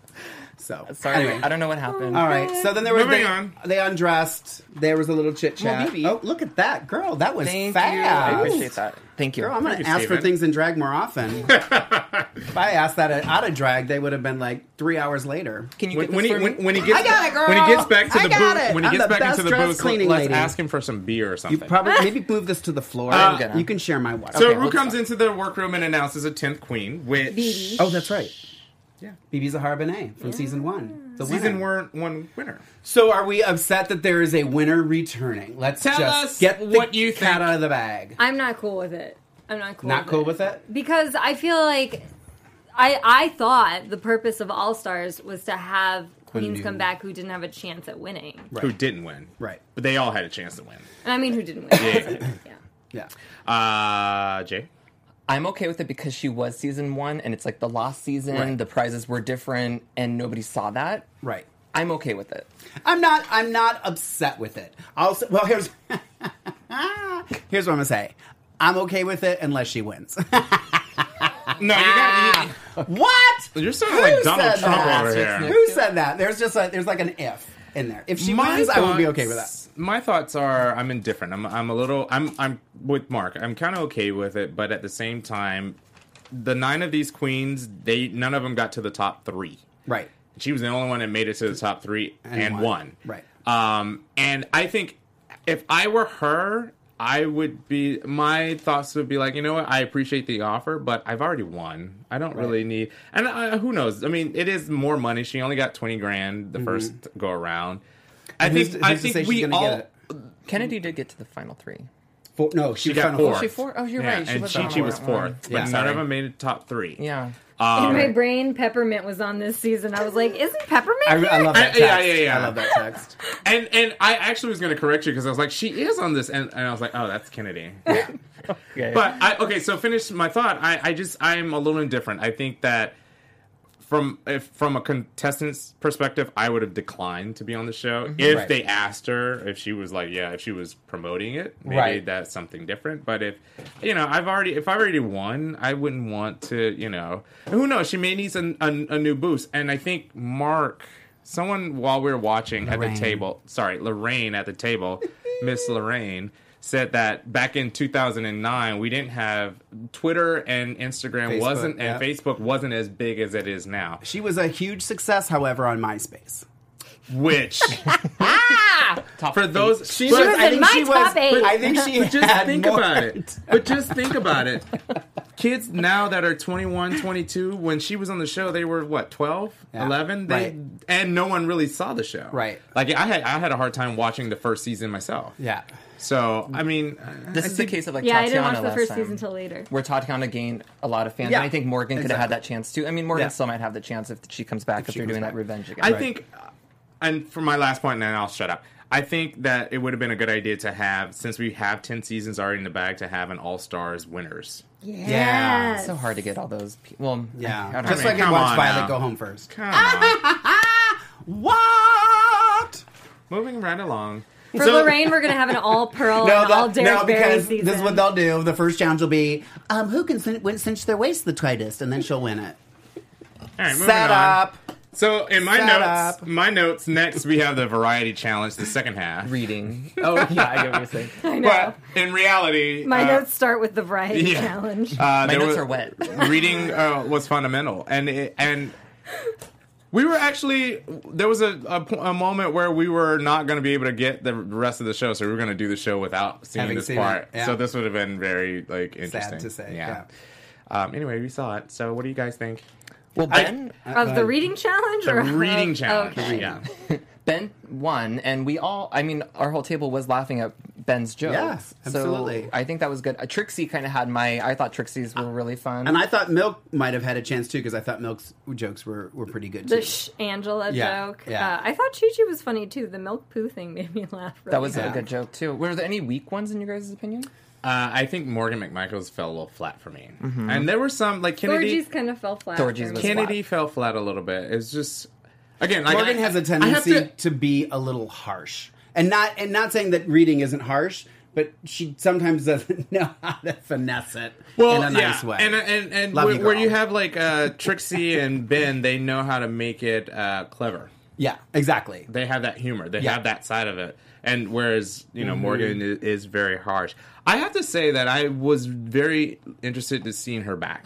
Speaker 5: So
Speaker 6: Sorry, Oh,
Speaker 5: anyway.
Speaker 6: I don't know what happened.
Speaker 5: All right, so then there was
Speaker 4: Moving
Speaker 5: they,
Speaker 4: on.
Speaker 5: they undressed. There was a little chit
Speaker 6: Well,
Speaker 5: chat.
Speaker 6: Bibi.
Speaker 5: oh, look at that girl! That was
Speaker 6: Thank you.
Speaker 5: fast.
Speaker 6: I appreciate that. Thank you.
Speaker 5: Girl, I'm going
Speaker 4: Thank
Speaker 5: to
Speaker 4: you,
Speaker 5: ask for
Speaker 4: Steven.
Speaker 5: things in drag more often. if I asked that at- out of drag, they would have been like three hours later.
Speaker 6: Can you
Speaker 4: When,
Speaker 6: get
Speaker 4: when
Speaker 6: this
Speaker 4: he
Speaker 6: for
Speaker 4: when,
Speaker 6: me?
Speaker 4: when he gets
Speaker 5: I got it, girl.
Speaker 4: when he gets back to
Speaker 5: I
Speaker 4: the
Speaker 5: got
Speaker 4: booth
Speaker 5: it.
Speaker 4: when he
Speaker 5: I'm
Speaker 4: gets
Speaker 5: the
Speaker 4: back
Speaker 5: best
Speaker 4: into the
Speaker 5: dressed
Speaker 4: booth,
Speaker 5: cleaning
Speaker 4: let's
Speaker 5: lady.
Speaker 4: ask him for some beer or
Speaker 5: You
Speaker 4: something.
Speaker 5: probably maybe move this to the floor.
Speaker 4: I'm
Speaker 6: gonna.
Speaker 5: You can share my water.
Speaker 4: Uh, so
Speaker 6: Okay,
Speaker 4: Rue
Speaker 6: let's
Speaker 4: comes
Speaker 6: stop.
Speaker 4: into the workroom and announces a tenth queen, which
Speaker 1: BB.
Speaker 5: Oh, that's right.
Speaker 4: Yeah.
Speaker 5: BB Zahara Benet from season one. The
Speaker 4: season
Speaker 5: winner.
Speaker 4: one one winner.
Speaker 5: So are we upset that there is a winner returning? Let's
Speaker 4: Tell
Speaker 5: just
Speaker 4: us
Speaker 5: get the
Speaker 4: what you
Speaker 5: cat
Speaker 4: think.
Speaker 5: out of the bag.
Speaker 1: I'm not cool with it. I'm not cool.
Speaker 5: Not
Speaker 1: with
Speaker 5: cool
Speaker 1: it.
Speaker 5: with it?
Speaker 1: because I feel like I I thought the purpose of All Stars was to have queens
Speaker 5: new-
Speaker 1: come back who didn't have a chance at winning,
Speaker 4: Who didn't win?
Speaker 5: Right.
Speaker 4: but they all had a chance to win.
Speaker 1: and I mean who didn't win.
Speaker 4: Yeah.
Speaker 1: yeah.
Speaker 5: Yeah.
Speaker 4: Uh, Jay.
Speaker 6: I'm okay with it because she was season one, and it's like the lost season.
Speaker 5: Right.
Speaker 6: The prizes were different, and nobody saw that.
Speaker 5: Right.
Speaker 6: I'm okay with it.
Speaker 5: I'm not. I'm not upset with it. Also, well, here's here's what I'm gonna say. I'm okay with it unless she wins.
Speaker 4: No, you
Speaker 5: Ah.
Speaker 4: got. You,
Speaker 5: what?
Speaker 4: You're sounding like
Speaker 5: Who
Speaker 4: Donald
Speaker 5: said
Speaker 4: Trump
Speaker 5: that?
Speaker 4: over here.
Speaker 5: Who said that? There's just like there's like an if in there. If she wins, I will be okay with that.
Speaker 4: thoughts- My thoughts are I'm indifferent. I'm I'm a little I'm I'm with Mark. I'm kind of okay with it, but at the same time, the nine of these queens, they none of them got to the top three.
Speaker 5: Right.
Speaker 4: She was the only one that made it to the top three and,
Speaker 5: won.
Speaker 4: won.
Speaker 5: Right.
Speaker 4: Um, and I think if I were her, I would be. My thoughts would be like, you know what? I appreciate the offer, but I've already won. I don't really need. And uh, who knows? I mean, it is more money. She only got twenty grand the first go around. I
Speaker 5: Mm-hmm. Who's
Speaker 4: think.
Speaker 5: to-
Speaker 4: I
Speaker 5: who's to say
Speaker 4: think
Speaker 5: she's
Speaker 4: we
Speaker 5: gonna
Speaker 4: all.
Speaker 5: get it?
Speaker 6: Kennedy did get to the final three.
Speaker 5: Four, no, she,
Speaker 4: She got
Speaker 5: found a-
Speaker 4: fourth.
Speaker 6: She four? Oh, you're
Speaker 4: Yeah,
Speaker 6: right. She
Speaker 4: and
Speaker 6: was
Speaker 4: she,
Speaker 6: on
Speaker 4: she
Speaker 6: that
Speaker 4: was
Speaker 6: one.
Speaker 4: fourth, but
Speaker 5: Yeah.
Speaker 4: none of them made it top three.
Speaker 6: Yeah.
Speaker 1: In my brain, peppermint was on this season. I was like, "Isn't peppermint?"
Speaker 5: I, I love that
Speaker 4: I-
Speaker 5: text.
Speaker 4: yeah, yeah, yeah.
Speaker 5: I love that text.
Speaker 4: And and I actually was going to correct you because I was like, she is on this, and, and I was like, oh, that's Kennedy. But I okay, so finish my thought. I, I just I'm a little indifferent. I think that from if from a contestant's perspective, I would have declined to be on the show if
Speaker 5: Mm-hmm. Right.
Speaker 4: they asked her if she was like, yeah, if she was promoting it. Maybe
Speaker 5: Right.
Speaker 4: that's something different. But if you know, I've already if I already won, I wouldn't want to. You know, And who knows? She may need an, a, a new boost. And I think Mark, someone while we were watching at
Speaker 5: Lorraine.
Speaker 4: the table, sorry, Lorraine at the table, Miss Lorraine. Said that back in 2009, we didn't have Twitter and Instagram
Speaker 5: Facebook,
Speaker 4: wasn't and
Speaker 5: yeah.
Speaker 4: Facebook wasn't as big as it is now.
Speaker 5: She was a huge success, however, on MySpace.
Speaker 4: Which
Speaker 1: Ah!
Speaker 6: Top
Speaker 4: for
Speaker 6: eight.
Speaker 4: those
Speaker 5: She
Speaker 4: but-
Speaker 1: was in my top eight.
Speaker 5: I think she
Speaker 4: But just
Speaker 5: had
Speaker 4: think
Speaker 5: more.
Speaker 4: about it. But just think about it. Kids now that are 21, 22, when she was on the show, they were what, 12,
Speaker 5: Yeah,
Speaker 4: 11? They
Speaker 5: right.
Speaker 4: and no one really saw the show.
Speaker 5: Right.
Speaker 4: Like I had I had a hard time watching the first season myself.
Speaker 5: Yeah.
Speaker 4: So, I mean,
Speaker 6: This is the case of like
Speaker 1: yeah, I
Speaker 6: Tatiana
Speaker 1: didn't watch the
Speaker 6: last
Speaker 1: first
Speaker 6: time,
Speaker 1: season until later.
Speaker 6: where Tatiana gained a lot of fans.
Speaker 5: Yeah,
Speaker 6: and I think Morgan could have had that
Speaker 5: exactly.
Speaker 6: chance too. I mean, Morgan
Speaker 5: Yeah.
Speaker 6: still might have the chance if she comes back if,
Speaker 5: she
Speaker 6: they're
Speaker 5: comes
Speaker 6: doing
Speaker 5: back.
Speaker 6: that revenge again.
Speaker 4: I think, and for my last point, and then I'll shut up. I think that it would have been a good idea to have, since we have 10 seasons already in the bag, to have an All Stars winners.
Speaker 5: Yeah,
Speaker 1: Yes.
Speaker 6: so hard to get all those. Pe- well, I
Speaker 5: Yeah.
Speaker 6: don't
Speaker 5: Just
Speaker 6: know.
Speaker 5: so I can
Speaker 4: Come
Speaker 5: watch
Speaker 4: on
Speaker 5: Violet
Speaker 4: now.
Speaker 5: go home first.
Speaker 4: Come on.
Speaker 5: What?
Speaker 4: Moving right along.
Speaker 1: For Lorraine, we're gonna have an all pearl,
Speaker 5: No,
Speaker 1: and all
Speaker 5: they'll-
Speaker 1: Derek
Speaker 5: no,
Speaker 1: Barry
Speaker 5: because
Speaker 1: season.
Speaker 5: this is what they'll do. The first challenge will be, um, who can cinch, win, cinch their waist the tightest, and then she'll win it.
Speaker 4: All right, moving
Speaker 5: Set
Speaker 4: on.
Speaker 5: up.
Speaker 4: So in my
Speaker 5: Shut
Speaker 4: notes,
Speaker 5: up.
Speaker 4: my notes. Next, we have the variety challenge, the second half.
Speaker 6: reading. Oh yeah, I get what you're saying.
Speaker 1: I know.
Speaker 4: But in reality,
Speaker 1: My
Speaker 4: uh,
Speaker 1: notes start with the variety
Speaker 4: yeah.
Speaker 1: challenge.
Speaker 4: Uh,
Speaker 6: My
Speaker 4: there
Speaker 6: notes
Speaker 4: was-
Speaker 6: are wet.
Speaker 4: reading uh, was fundamental, and it, and we were actually there was a, a, po- a moment where we were not going to be able to get the rest of the show, so we were going to do the show without seeing
Speaker 5: Having
Speaker 4: this
Speaker 5: seen
Speaker 4: part.
Speaker 5: it, yeah.
Speaker 4: So this would have been very like interesting.
Speaker 5: Sad to say. Yeah.
Speaker 4: Um, anyway, we saw it. So what do you guys think?
Speaker 6: Well,
Speaker 4: I-
Speaker 6: Ben,
Speaker 1: of the reading challenge
Speaker 4: The
Speaker 1: or
Speaker 4: reading
Speaker 1: of-
Speaker 4: challenge.
Speaker 1: okay.
Speaker 4: Yeah.
Speaker 6: Ben won, and we all, I mean, our whole table was laughing at Ben's jokes.
Speaker 5: Yeah, absolutely.
Speaker 6: So I think that was good. Uh, Trixie kind of had my, I thought Trixie's were really fun.
Speaker 5: And I thought Milk might have had a chance too because I thought Milk's jokes were, were pretty good too.
Speaker 1: The sh- Angela
Speaker 5: Yeah,
Speaker 1: joke.
Speaker 5: yeah.
Speaker 1: Uh, I thought Choo Choo was funny too. The milk poo thing made me laugh. Really
Speaker 6: that was
Speaker 1: hard.
Speaker 6: a good joke, too. Were there any weak ones in your guys' opinion?
Speaker 4: Uh, I think Morgan McMichael's fell a little flat for me,
Speaker 5: Mm-hmm.
Speaker 4: and there were some like Kennedy.
Speaker 1: Thorgy's kind of fell flat.
Speaker 6: Thorgy's
Speaker 1: for
Speaker 6: was
Speaker 1: me.
Speaker 4: Kennedy fell flat a little bit. It's just again, like,
Speaker 5: Morgan
Speaker 4: I-
Speaker 5: has a
Speaker 4: I have
Speaker 5: tendency
Speaker 4: to-
Speaker 5: to... be a little harsh, and not and not saying that reading isn't harsh, but she sometimes doesn't know how to finesse it in a nice way.
Speaker 4: And and and
Speaker 5: Love
Speaker 4: where,
Speaker 5: you,
Speaker 4: where
Speaker 5: girl.
Speaker 4: you have like uh, Trixie and Ben, they know how to make it uh, clever.
Speaker 5: yeah, exactly.
Speaker 4: They have that humor. They
Speaker 5: Yeah. Mm-hmm.
Speaker 4: have that side of it. And whereas you know Morgan is, is very harsh. I have to say that I was very interested to seeing her back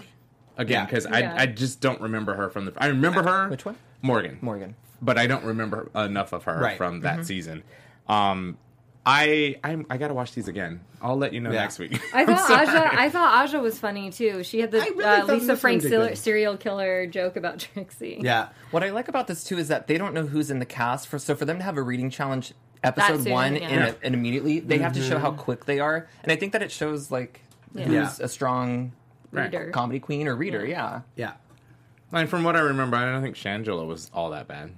Speaker 4: again
Speaker 5: Yeah.
Speaker 4: because
Speaker 1: Yeah.
Speaker 4: I I just don't remember her from the. I remember her.
Speaker 6: Which one?
Speaker 4: Morgan.
Speaker 6: Morgan.
Speaker 4: But I don't remember enough of her
Speaker 5: Right.
Speaker 4: from
Speaker 1: Mm-hmm.
Speaker 4: that season. Um, I I'm, I gotta watch these again. I'll let you know
Speaker 5: Yeah.
Speaker 4: next week.
Speaker 1: I
Speaker 4: I'm
Speaker 1: thought
Speaker 4: sorry.
Speaker 1: Aja. I thought Aja was funny too. She had the
Speaker 5: I really
Speaker 1: uh,
Speaker 5: thought
Speaker 1: Lisa
Speaker 5: Muslims
Speaker 1: Frank
Speaker 5: did
Speaker 1: serial,
Speaker 5: good.
Speaker 1: serial killer joke about Trixie.
Speaker 5: Yeah,
Speaker 6: What I like about this, too, is that they don't know who's in the cast. For So for them to have a reading challenge episode
Speaker 1: soon,
Speaker 6: one
Speaker 1: yeah.
Speaker 6: and,
Speaker 1: Yeah.
Speaker 6: and immediately, they have to show how quick they are. And I think that it shows, like,
Speaker 1: Yeah.
Speaker 6: who's
Speaker 5: Yeah.
Speaker 6: a strong
Speaker 1: Reader.
Speaker 6: comedy queen or reader, yeah.
Speaker 5: yeah.
Speaker 4: And from what I remember, I don't think Shangela was all that bad.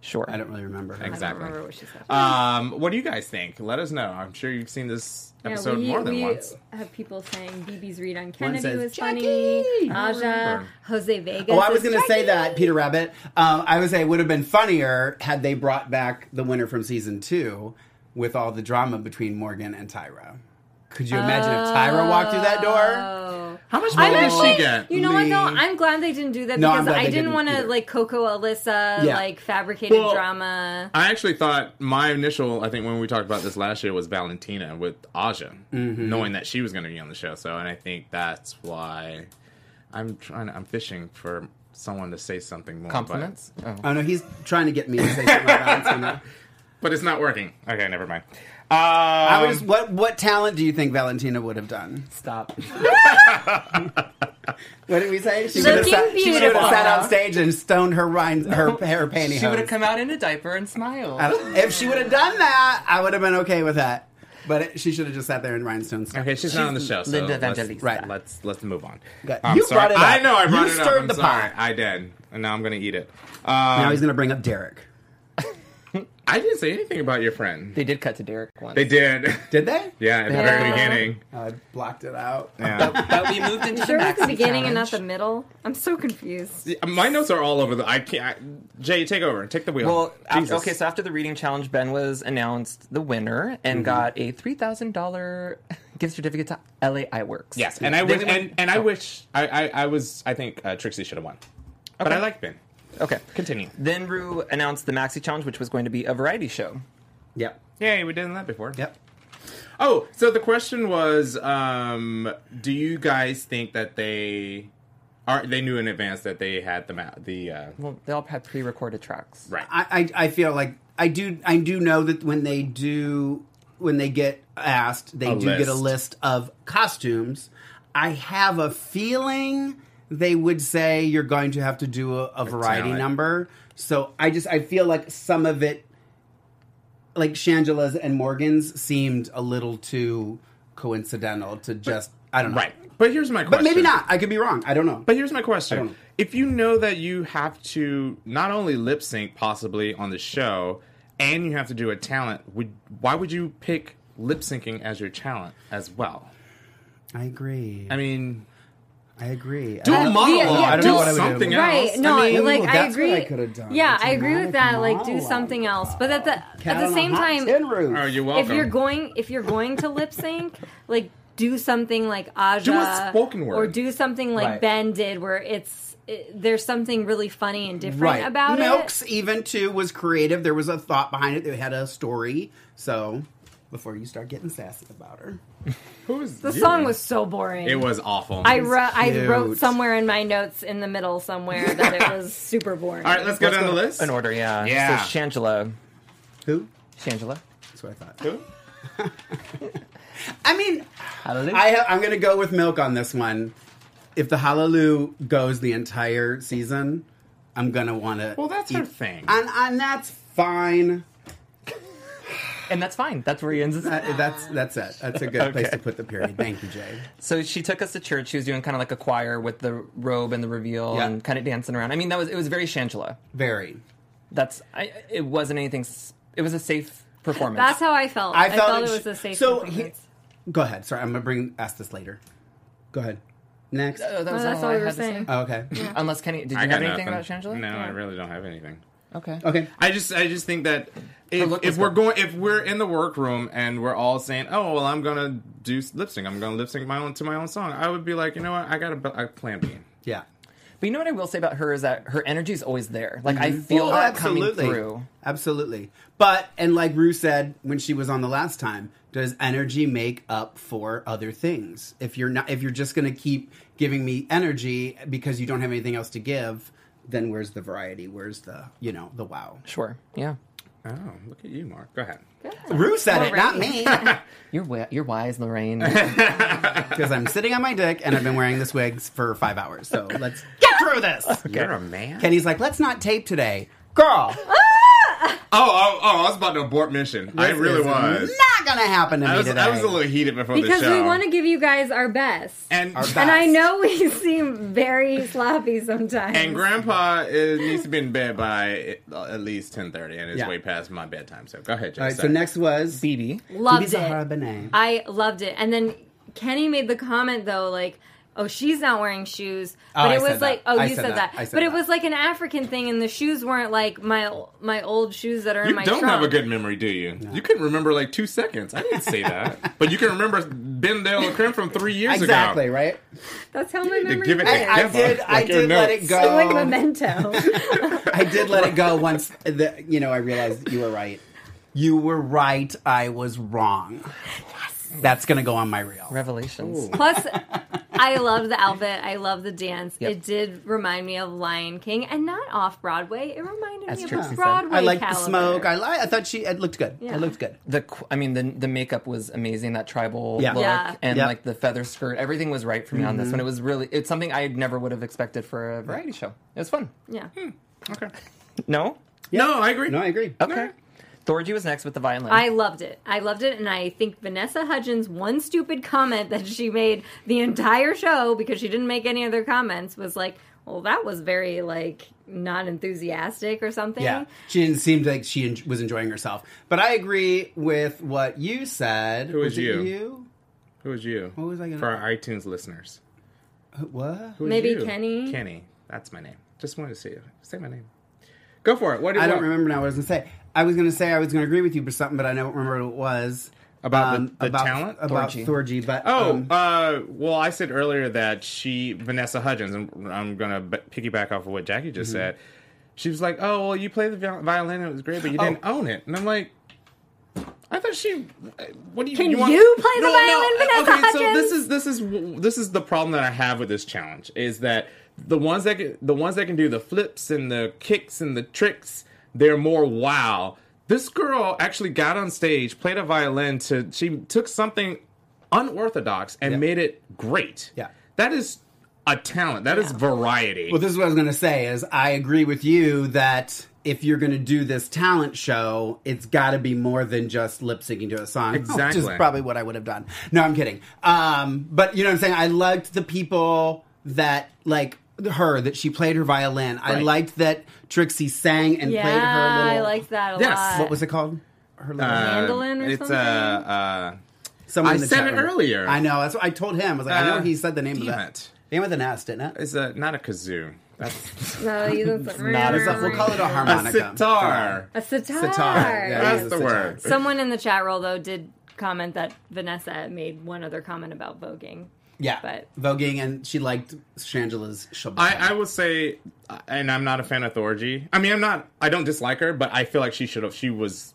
Speaker 6: Sure.
Speaker 5: I don't really remember. her.
Speaker 1: I don't remember
Speaker 4: Exactly.
Speaker 1: what she said.
Speaker 5: Uh,
Speaker 4: Um, what do you guys think? Let us know. I'm sure you've seen this
Speaker 1: Yeah,
Speaker 4: episode
Speaker 1: we,
Speaker 4: more than
Speaker 1: we
Speaker 4: once.
Speaker 1: have people saying BB's read on Kennedy
Speaker 5: says,
Speaker 1: was funny.
Speaker 5: "Jackie!"
Speaker 1: Aja, Jose Vega.
Speaker 5: Oh, I was going to say that Peter Rabbit. Um, I would say it would have been funnier had they brought back the winner from season two with all the drama between Morgan and Tyra. Could you imagine if Tyra walked through that
Speaker 1: Oh.
Speaker 5: door?
Speaker 4: How much
Speaker 1: I'm
Speaker 4: money does she
Speaker 1: actually-
Speaker 4: get?
Speaker 1: You know what though?
Speaker 5: Me.
Speaker 1: I'm glad they didn't do that
Speaker 5: No, I'm
Speaker 1: because
Speaker 5: glad
Speaker 1: I
Speaker 5: they
Speaker 1: didn't
Speaker 5: didn't
Speaker 1: want to
Speaker 5: either.
Speaker 1: like Coco Alyssa
Speaker 5: Yeah.
Speaker 1: like fabricated
Speaker 4: Well,
Speaker 1: drama.
Speaker 4: I actually thought my initial, I think when we talked about this last year, was Valentina with Aja, knowing that she was going to be on the show. So, and I think that's why I'm trying. I'm fishing for someone to say something more. but-
Speaker 6: Compliments? Oh.
Speaker 5: Oh no, he's trying to get me to say something about Valentina.
Speaker 4: but, it's not working. Okay, never mind. Um,
Speaker 5: I was what what talent do you think Valentina would have done?
Speaker 6: Stop.
Speaker 5: What did we say? She
Speaker 1: Looking
Speaker 5: would have sat, she would have
Speaker 1: beautiful.
Speaker 5: sat on stage and stoned her rind, her her pantyhose.
Speaker 6: She would have come out in a diaper and smiled.
Speaker 5: I don't- if she would have done that, I would have been okay with that. But it, she should have just sat there in rhinestones.
Speaker 4: Okay, she's, not on the show. So
Speaker 6: Linda
Speaker 4: let's-
Speaker 6: Evangelista.
Speaker 5: Right.
Speaker 4: Let's let's move on.
Speaker 5: Okay.
Speaker 4: I'm
Speaker 5: You
Speaker 4: sorry.
Speaker 5: brought it up.
Speaker 4: I know I brought
Speaker 5: You
Speaker 4: it up.
Speaker 5: stirred
Speaker 4: I'm
Speaker 5: the
Speaker 4: sorry.
Speaker 5: pot.
Speaker 4: I did, and now I'm gonna eat it.
Speaker 5: Now
Speaker 4: Um,
Speaker 5: he's going to bring up Derek.
Speaker 4: I didn't say anything about your friend.
Speaker 6: They did cut to Derek once.
Speaker 4: They did.
Speaker 5: Did they?
Speaker 4: yeah, at the
Speaker 1: Yeah.
Speaker 4: very beginning.
Speaker 5: I blocked it out.
Speaker 4: Yeah.
Speaker 6: But we moved into
Speaker 1: Sure,
Speaker 6: the,
Speaker 1: was the
Speaker 6: Maxi
Speaker 1: beginning and not
Speaker 6: challenge.
Speaker 1: the middle. I'm so confused.
Speaker 4: My notes are all over the. I can't. I, Jay, take over. Take the wheel.
Speaker 6: Well, after,
Speaker 4: Jesus.
Speaker 6: okay, so after the reading challenge, Ben was announced the winner and
Speaker 4: Mm-hmm.
Speaker 6: got a three thousand dollar gift certificate to LA Iworks.
Speaker 4: yes, and I
Speaker 6: They
Speaker 4: wish,
Speaker 6: went-
Speaker 4: and, and I wish, I, I, I was, I think uh, Trixie should have won, but I like Ben.
Speaker 6: okay.
Speaker 4: Continue.
Speaker 6: Then Rue announced the Maxi challenge, which was going to be a variety show.
Speaker 5: Yep.
Speaker 4: Yay, we did that before.
Speaker 5: Yep.
Speaker 4: Oh, so the question was, um, do you guys think that they are they knew in advance that they had the ma- the uh,
Speaker 6: Well, they all had pre-recorded tracks.
Speaker 4: right?
Speaker 5: I, I I feel like I do I do know that when they do when they get asked, they
Speaker 4: A
Speaker 5: do get a
Speaker 4: list.
Speaker 5: list of costumes. I have a feeling they would say you're going to have to do a, a variety
Speaker 4: talent.
Speaker 5: number. So I just I feel like some of it like Shangela's and Morgan's seemed a little too coincidental to just I don't know.
Speaker 4: right. But here's my
Speaker 5: But
Speaker 4: question.
Speaker 5: maybe not. I could be wrong. I don't know.
Speaker 4: But here's my
Speaker 5: I don't
Speaker 4: question:
Speaker 5: know.
Speaker 4: If you know that you have to not only lip sync possibly on the show, and you have to do a talent, would why would you pick lip syncing as your talent as well?
Speaker 5: I agree.
Speaker 4: I mean,
Speaker 5: I agree.
Speaker 4: do
Speaker 5: I-
Speaker 4: a monologue.
Speaker 1: Oh, yeah,
Speaker 4: I don't
Speaker 1: do
Speaker 4: know what I would
Speaker 5: something
Speaker 4: do.
Speaker 5: else.
Speaker 1: Right? No,
Speaker 5: I mean,
Speaker 1: like
Speaker 5: ooh,
Speaker 1: I
Speaker 5: that's what
Speaker 1: agree.
Speaker 5: I could've done.
Speaker 1: Yeah,
Speaker 5: It's a
Speaker 1: I agree with that. Like, do
Speaker 5: monologue.
Speaker 1: something else. But at the
Speaker 5: Cat
Speaker 1: at the
Speaker 5: on a
Speaker 1: same
Speaker 5: hot
Speaker 1: time,
Speaker 5: tin roof.
Speaker 4: Oh, you're
Speaker 1: if
Speaker 4: welcome.
Speaker 1: you're going if you're going to lip sync, like do something like Aja
Speaker 4: Do a spoken word.
Speaker 1: or do something like
Speaker 5: Right.
Speaker 1: Ben did, where it's it, there's something really funny and different
Speaker 5: right
Speaker 1: about
Speaker 5: Milks
Speaker 1: it.
Speaker 5: even too was creative. There was a thought behind it. It had a story. So before you start getting sassy about her,
Speaker 4: Who's
Speaker 1: The song was so boring.
Speaker 4: It was awful.
Speaker 1: I, wrote. I
Speaker 5: cute.
Speaker 1: wrote somewhere in my notes in the middle somewhere that it was super boring.
Speaker 4: All right, let's go down the list.
Speaker 6: In order, yeah.
Speaker 4: Yeah.
Speaker 6: So Shangela.
Speaker 5: who?
Speaker 6: Shangela.
Speaker 5: That's what I thought.
Speaker 4: Who?
Speaker 5: I mean,
Speaker 6: Hallelujah.
Speaker 5: I ha- I'm going to go with milk on this one. If the Hallelujah goes the entire season, I'm going to want to.
Speaker 4: Well, that's her thing.
Speaker 5: and and that's fine.
Speaker 6: and that's fine. That's where he ends his
Speaker 5: That- Uh, that's that's it. That's a good place to put the period. Thank you, Jay.
Speaker 6: So she took us to church. She was doing kind of like a choir with the robe and the reveal
Speaker 5: Yeah.
Speaker 6: and kind of dancing around. I mean, that was it was very Shangela.
Speaker 5: Very.
Speaker 6: That's I, it wasn't anything. s- It was a safe performance.
Speaker 1: That's how I felt. I, thought it was a safe
Speaker 5: So
Speaker 1: performance.
Speaker 5: he-
Speaker 6: Oh,
Speaker 5: go ahead. Sorry, I'm gonna bring ask this later. Go ahead. Next.
Speaker 6: Oh, that
Speaker 1: No,
Speaker 6: was
Speaker 1: that's all
Speaker 6: I
Speaker 1: we were
Speaker 6: had to say.
Speaker 1: saying.
Speaker 5: Oh, okay.
Speaker 6: Unless Kenny, did you
Speaker 4: I
Speaker 6: have
Speaker 4: got
Speaker 6: anything about
Speaker 4: nothing.
Speaker 6: Shangela?
Speaker 4: No, I really don't have anything.
Speaker 6: Okay.
Speaker 5: Okay.
Speaker 4: I just I just think that if,
Speaker 6: look was
Speaker 4: if we're
Speaker 6: good.
Speaker 4: going if we're in the workroom and we're all saying, "Oh, well, I'm gonna do lip sync. I'm gonna lip sync my own to my own song," I would be like, you know what? I got a, bu- a plan B.
Speaker 5: Yeah.
Speaker 6: But you know what I will say about her is that her energy is always there. Like
Speaker 4: Mm-hmm.
Speaker 6: I feel
Speaker 5: Oh,
Speaker 6: that coming through.
Speaker 5: Absolutely. But and like Rue said when she was on the last time, does energy make up for other things? If you're not if you're just gonna keep giving me energy because you don't have anything else to give, then where's the variety? Where's the you know, the wow?
Speaker 6: Sure. Yeah.
Speaker 4: Oh, look at you, Mark. Go ahead.
Speaker 5: Rue said it, not me.
Speaker 6: You're wi- you're wise, Lorraine.
Speaker 5: Because I'm sitting on my dick and I've been wearing this wigs for five hours. So let's get through this.
Speaker 4: You're a man.
Speaker 5: Kenny's like, let's not tape today. Girl,
Speaker 4: oh, oh, oh! I was about to abort mission. I
Speaker 5: this
Speaker 4: really
Speaker 5: is
Speaker 4: was.
Speaker 5: Not gonna happen to
Speaker 4: I
Speaker 5: me
Speaker 4: was,
Speaker 5: today.
Speaker 4: I was a little heated before
Speaker 1: because
Speaker 4: the show.
Speaker 1: we want to give you guys our best.
Speaker 4: and
Speaker 5: Our back.
Speaker 1: And I know we seem very sloppy sometimes.
Speaker 4: and Grandpa is, needs to be in bed by uh, at least ten thirty, and it's
Speaker 5: Yeah.
Speaker 4: way past my bedtime. So go ahead, Jay.
Speaker 5: All right. So
Speaker 4: Sorry.
Speaker 5: next was
Speaker 6: BB.
Speaker 5: Bibi
Speaker 1: loved
Speaker 5: Zahara
Speaker 1: it.
Speaker 5: Benet.
Speaker 1: I loved it. And then Kenny made the comment though, like, "Oh, she's not wearing shoes." But
Speaker 5: I
Speaker 1: it was
Speaker 5: said
Speaker 1: like,
Speaker 5: that.
Speaker 1: "Oh,
Speaker 5: I
Speaker 1: you
Speaker 5: said
Speaker 1: said,
Speaker 5: that.
Speaker 1: that."
Speaker 5: I said
Speaker 1: but it
Speaker 5: that.
Speaker 1: was like an African thing, and the shoes weren't like my my old shoes that are in
Speaker 4: You
Speaker 1: my.
Speaker 4: don't
Speaker 1: trunk.
Speaker 4: have a good memory, do you? You can remember like two seconds. I didn't say that, but you can remember Ben Dale LaCrim from three years
Speaker 5: Exactly.
Speaker 4: ago.
Speaker 5: Right.
Speaker 1: That's how my
Speaker 4: to
Speaker 1: memory
Speaker 4: give it to
Speaker 1: is.
Speaker 4: Hey,
Speaker 5: I
Speaker 4: Emma,
Speaker 5: did. I
Speaker 4: like your
Speaker 5: did let
Speaker 4: notes.
Speaker 5: it
Speaker 1: It's like
Speaker 5: go.
Speaker 1: memento.
Speaker 5: I did let it go once. The, you know, I realized you were right. You were right. I was wrong. That's gonna go on my reel.
Speaker 6: Revelations.
Speaker 1: Plus, I love the outfit. I love the dance.
Speaker 6: Yep.
Speaker 1: It did remind me of Lion King, and not off Broadway. It reminded
Speaker 6: As
Speaker 1: me
Speaker 6: Trixie
Speaker 1: of
Speaker 6: said.
Speaker 1: a Broadway.
Speaker 5: I like the
Speaker 1: caliber.
Speaker 5: smoke. I li- I thought she. It looked good.
Speaker 1: Yeah.
Speaker 5: It looked good.
Speaker 6: the qu- I mean the the makeup was amazing that tribal
Speaker 5: Yeah.
Speaker 6: look
Speaker 1: Yeah.
Speaker 6: and
Speaker 5: Yep. Mm-hmm.
Speaker 6: like the feather skirt everything was right for me on this one it was really it's something I never would have expected for a variety show it was fun
Speaker 1: yeah.
Speaker 5: Hmm.
Speaker 4: Okay.
Speaker 6: no
Speaker 4: No, I agree.
Speaker 5: No, I agree.
Speaker 6: okay Thorgy was next with the violin
Speaker 1: I loved it. I loved it, and I think Vanessa Hudgens' one stupid comment that she made the entire show because she didn't make any other comments was like, "Well, that was very like not enthusiastic or something."
Speaker 5: Yeah, she didn't seem like she en- was enjoying herself. But I agree with what you said. Who
Speaker 4: was
Speaker 5: it
Speaker 4: you? Who was you? Who
Speaker 5: was I gonna-
Speaker 4: For our iTunes listeners.
Speaker 5: Who- What?
Speaker 4: Who was
Speaker 1: Maybe
Speaker 4: you?
Speaker 1: Kenny?
Speaker 4: Kenny. That's my name. Just wanted to say say my name. Go for it. What do you
Speaker 5: I don't
Speaker 4: want?
Speaker 5: remember now what I was going to say. I was going to say I was going to agree with you for something, but I don't remember what it was. Um,
Speaker 4: About the- the talent?
Speaker 5: About
Speaker 6: Thorgy.
Speaker 5: Thorgy. but.
Speaker 4: Oh,
Speaker 5: um,
Speaker 4: uh, well, I said earlier that she, Vanessa Hudgens, and I'm gonna b- piggyback off of what Jackie just said. She was like, "Oh, well, you played the viol- violin, and it was great, but you didn't own it." And I'm like, "I thought she, uh, what do you?
Speaker 1: Can
Speaker 4: want-
Speaker 1: you play the violin, Vanessa
Speaker 4: so this
Speaker 1: Hudgens?
Speaker 4: is this is w- this is the problem that I have with this challenge is that the ones that can, the ones that can do the flips and the kicks and the tricks, they're more wow. This girl actually got on stage, played a violin to she took something unorthodox and made it great.
Speaker 5: Yeah.
Speaker 4: That is a talent. That is variety.
Speaker 5: well, this is what I was going to say is I agree with you that if you're going to do this talent show, it's got to be more than just lip syncing to a song.
Speaker 4: Exactly.
Speaker 5: Which is probably what I would have done. No, I'm kidding. Um, but you know what I'm saying? I liked the people that, like, her that she played her violin. I
Speaker 4: Right.
Speaker 5: liked that Trixie sang and
Speaker 1: yeah,
Speaker 5: played her little
Speaker 1: I liked that a
Speaker 4: Yes.
Speaker 1: lot.
Speaker 5: What was it called? Her little
Speaker 4: Uh,
Speaker 1: mandolin or
Speaker 4: it's
Speaker 1: something?
Speaker 4: uh, uh,
Speaker 5: Someone
Speaker 4: I
Speaker 5: in the
Speaker 4: said
Speaker 5: chat
Speaker 4: it
Speaker 5: room.
Speaker 4: earlier.
Speaker 5: I know. That's what I told him. I was like, I
Speaker 4: Uh,
Speaker 5: know he said the name of
Speaker 4: damn
Speaker 5: that.
Speaker 4: it.
Speaker 5: Name of the nest, didn't it?
Speaker 4: it's a, not a kazoo. That's
Speaker 1: No, you don't. it's
Speaker 6: not as a-
Speaker 5: We'll call it a
Speaker 4: a
Speaker 5: harmonica.
Speaker 4: sitar.
Speaker 1: A sitar.
Speaker 5: Sitar. Yeah,
Speaker 4: That's
Speaker 5: it is
Speaker 4: the
Speaker 5: a sitar.
Speaker 4: word.
Speaker 1: Someone in the chat roll though did comment that Vanessa made one other comment about voguing.
Speaker 5: Yeah,
Speaker 1: But-
Speaker 5: voguing, and she liked Shangela's Shabbat.
Speaker 4: I, I will say, uh, and I'm not a fan of Thorgy. I mean, I'm not. I don't dislike her, but I feel like she should have. She was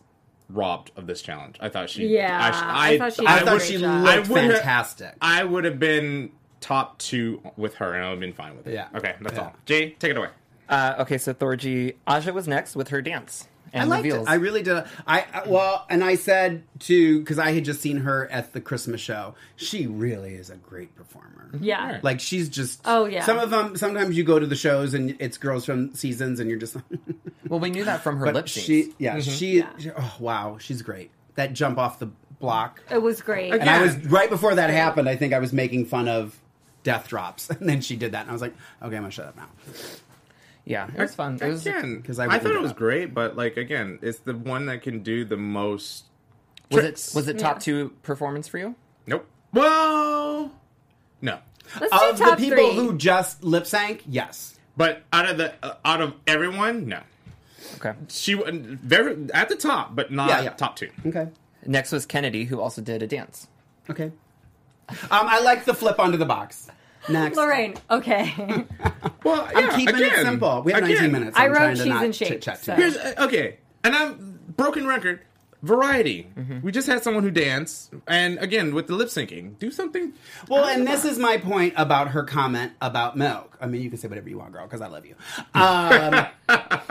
Speaker 4: robbed of this challenge. I thought she.
Speaker 1: Yeah,
Speaker 4: I,
Speaker 1: I thought she
Speaker 5: I
Speaker 1: did a
Speaker 5: thought
Speaker 1: great
Speaker 5: she
Speaker 1: job.
Speaker 5: looked
Speaker 4: I would've-
Speaker 5: fantastic.
Speaker 4: I would have been top two with her, and I would have been fine with it.
Speaker 5: Yeah.
Speaker 4: Okay, that's
Speaker 5: Yeah.
Speaker 4: all. Jay, take it away.
Speaker 6: Uh, okay, so Thorgy Aja was next with her dance and
Speaker 5: I liked
Speaker 6: reveals.
Speaker 5: it. I really did. I, I well, and I said to because I had just seen her at the Christmas show. She really is a great performer.
Speaker 1: Yeah.
Speaker 5: Like she's just.
Speaker 1: Oh, yeah.
Speaker 5: Some of them. Sometimes you go to the shows and it's girls from seasons, and you're just.
Speaker 6: well, we knew that from her lip
Speaker 5: but
Speaker 6: sync.
Speaker 5: she, yeah, she,
Speaker 1: Yeah.
Speaker 5: she- Oh wow, she's great. That jump off the block.
Speaker 1: It was great.
Speaker 5: And I was right before that happened. I think I was making fun of death drops, and then she did that, and I was like, okay, I'm gonna shut up now.
Speaker 6: yeah, it was fun. It was
Speaker 4: Again,
Speaker 5: 'cause I
Speaker 4: I,
Speaker 5: wouldn't
Speaker 4: thought
Speaker 5: do
Speaker 4: it was
Speaker 5: that.
Speaker 4: great, but like again, it's the one that can do the most.
Speaker 6: was
Speaker 4: Tricks.
Speaker 6: it was it top two performance for you?
Speaker 4: Nope. Well, no.
Speaker 1: Let's
Speaker 5: Of
Speaker 1: do
Speaker 5: the
Speaker 1: top
Speaker 5: people
Speaker 1: three.
Speaker 5: who just lip sank, yes.
Speaker 4: But out of the uh, out of everyone, no.
Speaker 6: Okay.
Speaker 4: She wa- very at the top, but not
Speaker 5: Yeah, yeah.
Speaker 4: top two.
Speaker 5: Uh, Okay.
Speaker 6: Next was Kennedy, who also did a dance.
Speaker 5: Okay. Um, I like the flip onto the box. Next.
Speaker 1: Lorraine, okay.
Speaker 4: Well,
Speaker 5: I'm
Speaker 4: yeah,
Speaker 5: keeping
Speaker 4: again,
Speaker 5: it simple. We have 19
Speaker 4: again.
Speaker 5: minutes.
Speaker 1: I
Speaker 5: I'm
Speaker 1: wrote
Speaker 5: trying to
Speaker 1: she's
Speaker 5: not
Speaker 1: in shape,
Speaker 5: chit-chat too
Speaker 1: so-
Speaker 5: much.
Speaker 4: Here's uh, okay, and I'm broken record. Variety.
Speaker 5: Mm-hmm.
Speaker 4: We just had someone who danced, and again with the lip syncing, do something.
Speaker 5: Well, and this is my point about her comment about milk. I mean, you can say whatever you want, girl, because I love you. Um,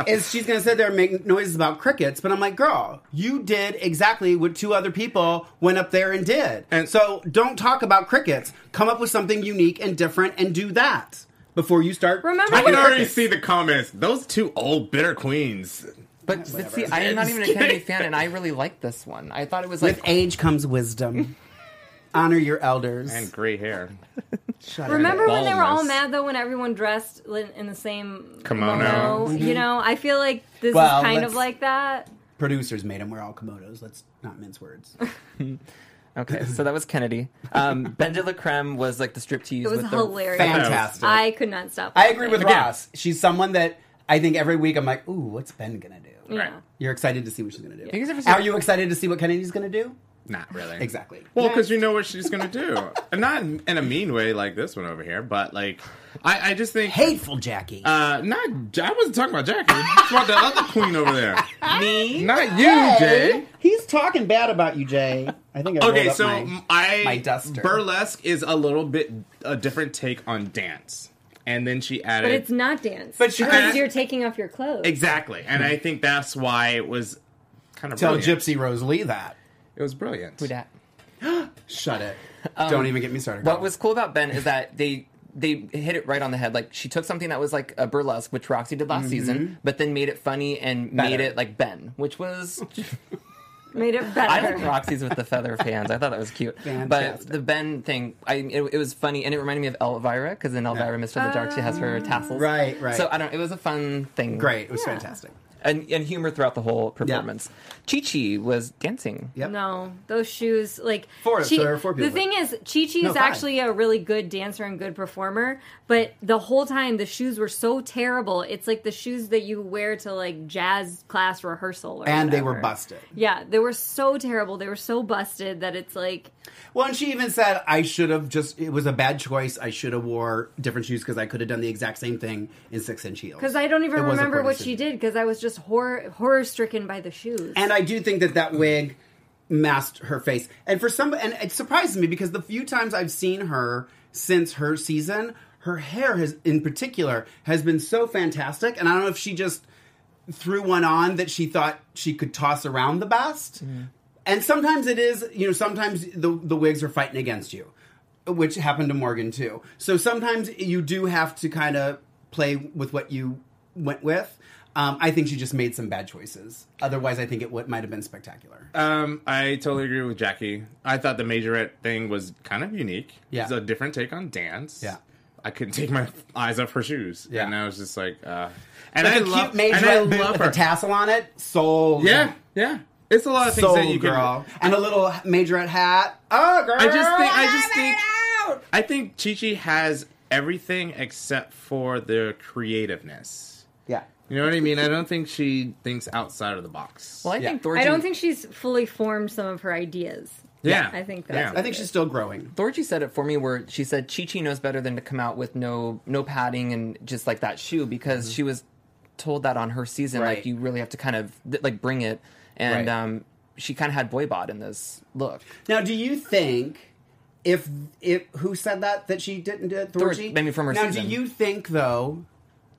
Speaker 5: is she's going to sit there and make noises about crickets? But I'm like, girl, you did exactly what two other people went up there and did.
Speaker 4: And-
Speaker 5: so don't talk about crickets. Come up with something unique and different, and do that before you start.
Speaker 1: Remember
Speaker 4: I
Speaker 5: talking
Speaker 4: can
Speaker 5: about
Speaker 4: already
Speaker 5: crickets.
Speaker 4: see the comments. Those two old bitter queens.
Speaker 6: But, but see, I am not even a Kennedy fan, and I really liked this one. I thought it was like
Speaker 5: With age comes wisdom. Honor your elders.
Speaker 4: And gray hair.
Speaker 5: Shut
Speaker 1: Remember when they were all
Speaker 6: Baldness.
Speaker 1: mad though when everyone dressed li- in the same
Speaker 4: Kimono.
Speaker 1: You know, I feel like this
Speaker 5: Mm-hmm. Well,
Speaker 1: is kind
Speaker 5: let's-
Speaker 1: of like that.
Speaker 5: producers made them wear all kimonos. Let's not mince words.
Speaker 6: okay. So that was Kennedy. Um, ben de la Creme was like the striptease.
Speaker 1: It was
Speaker 6: with
Speaker 1: hilarious.
Speaker 5: Fantastic.
Speaker 1: I could not stop.
Speaker 5: I agree with
Speaker 1: laughing.
Speaker 5: Ross. She's someone that I think every week I'm like, ooh, what's Ben gonna do?
Speaker 1: Yeah.
Speaker 4: Right.
Speaker 5: You're excited to see what she's gonna
Speaker 6: you guys ever
Speaker 5: do.
Speaker 6: seen-
Speaker 5: Are you excited to see what Kennedy's gonna do?
Speaker 4: Not really.
Speaker 5: Exactly.
Speaker 4: Well, because you know what she's gonna do, and not in in a mean way like this one over here, but like, I, I just think.
Speaker 5: hateful Jackie.
Speaker 4: Uh, not. J- I wasn't talking about Jackie. I was talking about the other queen over there.
Speaker 6: Me?
Speaker 4: Not you, Jay.
Speaker 5: He's talking bad about you, Jay. I think I rolled
Speaker 4: Okay,
Speaker 5: up
Speaker 4: so
Speaker 5: my-
Speaker 4: I
Speaker 5: my duster.
Speaker 4: burlesque is a little bit a different take on dance, and then she added
Speaker 1: But it's not dance.
Speaker 5: But she-
Speaker 1: because you're taking off your clothes.
Speaker 4: exactly, and I think that's why it was kind of
Speaker 5: tell
Speaker 4: brilliant.
Speaker 5: Gypsy Rose Lee that.
Speaker 4: It was brilliant.
Speaker 6: Who dat?
Speaker 5: Shut it. Don't even get me started.
Speaker 6: Um, What
Speaker 5: girl.
Speaker 6: was cool about Ben is that they they hit it right on the head. Like she took something that was like a burlesque, which Roxy did last season, but then made it funny and made
Speaker 5: Mm-hmm. Better.
Speaker 6: it like Ben, which was
Speaker 1: Made it
Speaker 6: I
Speaker 1: better.
Speaker 6: like Roxy's with the feather fans. I thought that was cute. But
Speaker 5: Fantastic.
Speaker 6: the Ben thing, I it, it was funny, and it reminded me of Elvira because in Elvira, Mister the Dark, she has
Speaker 1: Oh.
Speaker 6: her tassels.
Speaker 5: Right, right.
Speaker 6: So I don't. It was a fun thing.
Speaker 5: great? It was fantastic.
Speaker 6: And, and humor throughout the whole performance. Chi Chi was dancing.
Speaker 5: Yep.
Speaker 1: No, those shoes, like
Speaker 5: Four-
Speaker 1: Chi-
Speaker 5: there are four
Speaker 1: The
Speaker 5: people.
Speaker 1: thing is, Chi Chi
Speaker 5: No,
Speaker 1: is
Speaker 5: five.
Speaker 1: actually a really good dancer and good performer, but the whole time the shoes were so terrible. It's like the shoes that you wear to like jazz class rehearsal, or
Speaker 5: And they were
Speaker 1: whatever.
Speaker 5: busted.
Speaker 1: Yeah, they were so terrible. They were so busted that it's like
Speaker 5: Well, and she even said, I should have just, it was a bad choice. I should have wore different shoes because I could have done the exact same thing in six inch heels.
Speaker 1: because I don't even
Speaker 5: It was a
Speaker 1: remember
Speaker 5: poor
Speaker 1: what
Speaker 5: decision.
Speaker 1: she did because I was just horror horror stricken by the shoes.
Speaker 5: And I do think that that wig masked her face. And for some, and it surprised me because the few times I've seen her since her season, her hair has, in particular, has been so fantastic. And I don't know if she just threw one on that she thought she could toss around the best. And sometimes it is, you know, sometimes the, the wigs are fighting against you, which happened to Morgan too. So sometimes you do have to kind of play with what you went with. Um, I think she just made some bad choices. Otherwise, I think it would, might have been spectacular.
Speaker 4: Um, I totally agree with Jackie. I thought the majorette thing was kind of unique.
Speaker 5: Yeah.
Speaker 4: It's a different take on dance.
Speaker 5: Yeah.
Speaker 4: I couldn't take my eyes off her shoes.
Speaker 5: Yeah.
Speaker 4: And I was just like, uh, and
Speaker 5: Like
Speaker 4: I
Speaker 5: a
Speaker 4: love,
Speaker 5: cute
Speaker 4: and I
Speaker 5: majorette boot
Speaker 4: love
Speaker 5: with
Speaker 4: her.
Speaker 5: a tassel on it. Soul.
Speaker 4: yeah. Yeah. It's a lot of things
Speaker 5: Soul
Speaker 4: that you can-
Speaker 5: girl. And a little majorette hat. Oh, girl.
Speaker 4: I just think, I just
Speaker 5: have it
Speaker 4: think,
Speaker 5: out.
Speaker 4: I think Chi Chi has everything except for the creativeness.
Speaker 5: Yeah.
Speaker 4: You know what I mean? I don't think she thinks outside of the box.
Speaker 6: Well, I
Speaker 5: Yeah.
Speaker 6: think Thorgy.
Speaker 1: I don't think she's fully formed some of her ideas.
Speaker 4: yeah,
Speaker 1: I think that's
Speaker 5: I think she's still growing.
Speaker 6: Thorgy said it for me where she said Chi-Chi knows better than to come out with no no padding and just like that shoe because she was told that on her season
Speaker 5: Mm-hmm. Right.
Speaker 6: like you really have to kind of th- like bring it and
Speaker 5: Right.
Speaker 6: um she kind of had boy bod in this look.
Speaker 5: Now, do you think if if who said that that she didn't do it,
Speaker 6: Thor-
Speaker 5: Thorgy?
Speaker 6: maybe from her
Speaker 5: Now,
Speaker 6: season.
Speaker 5: do you think though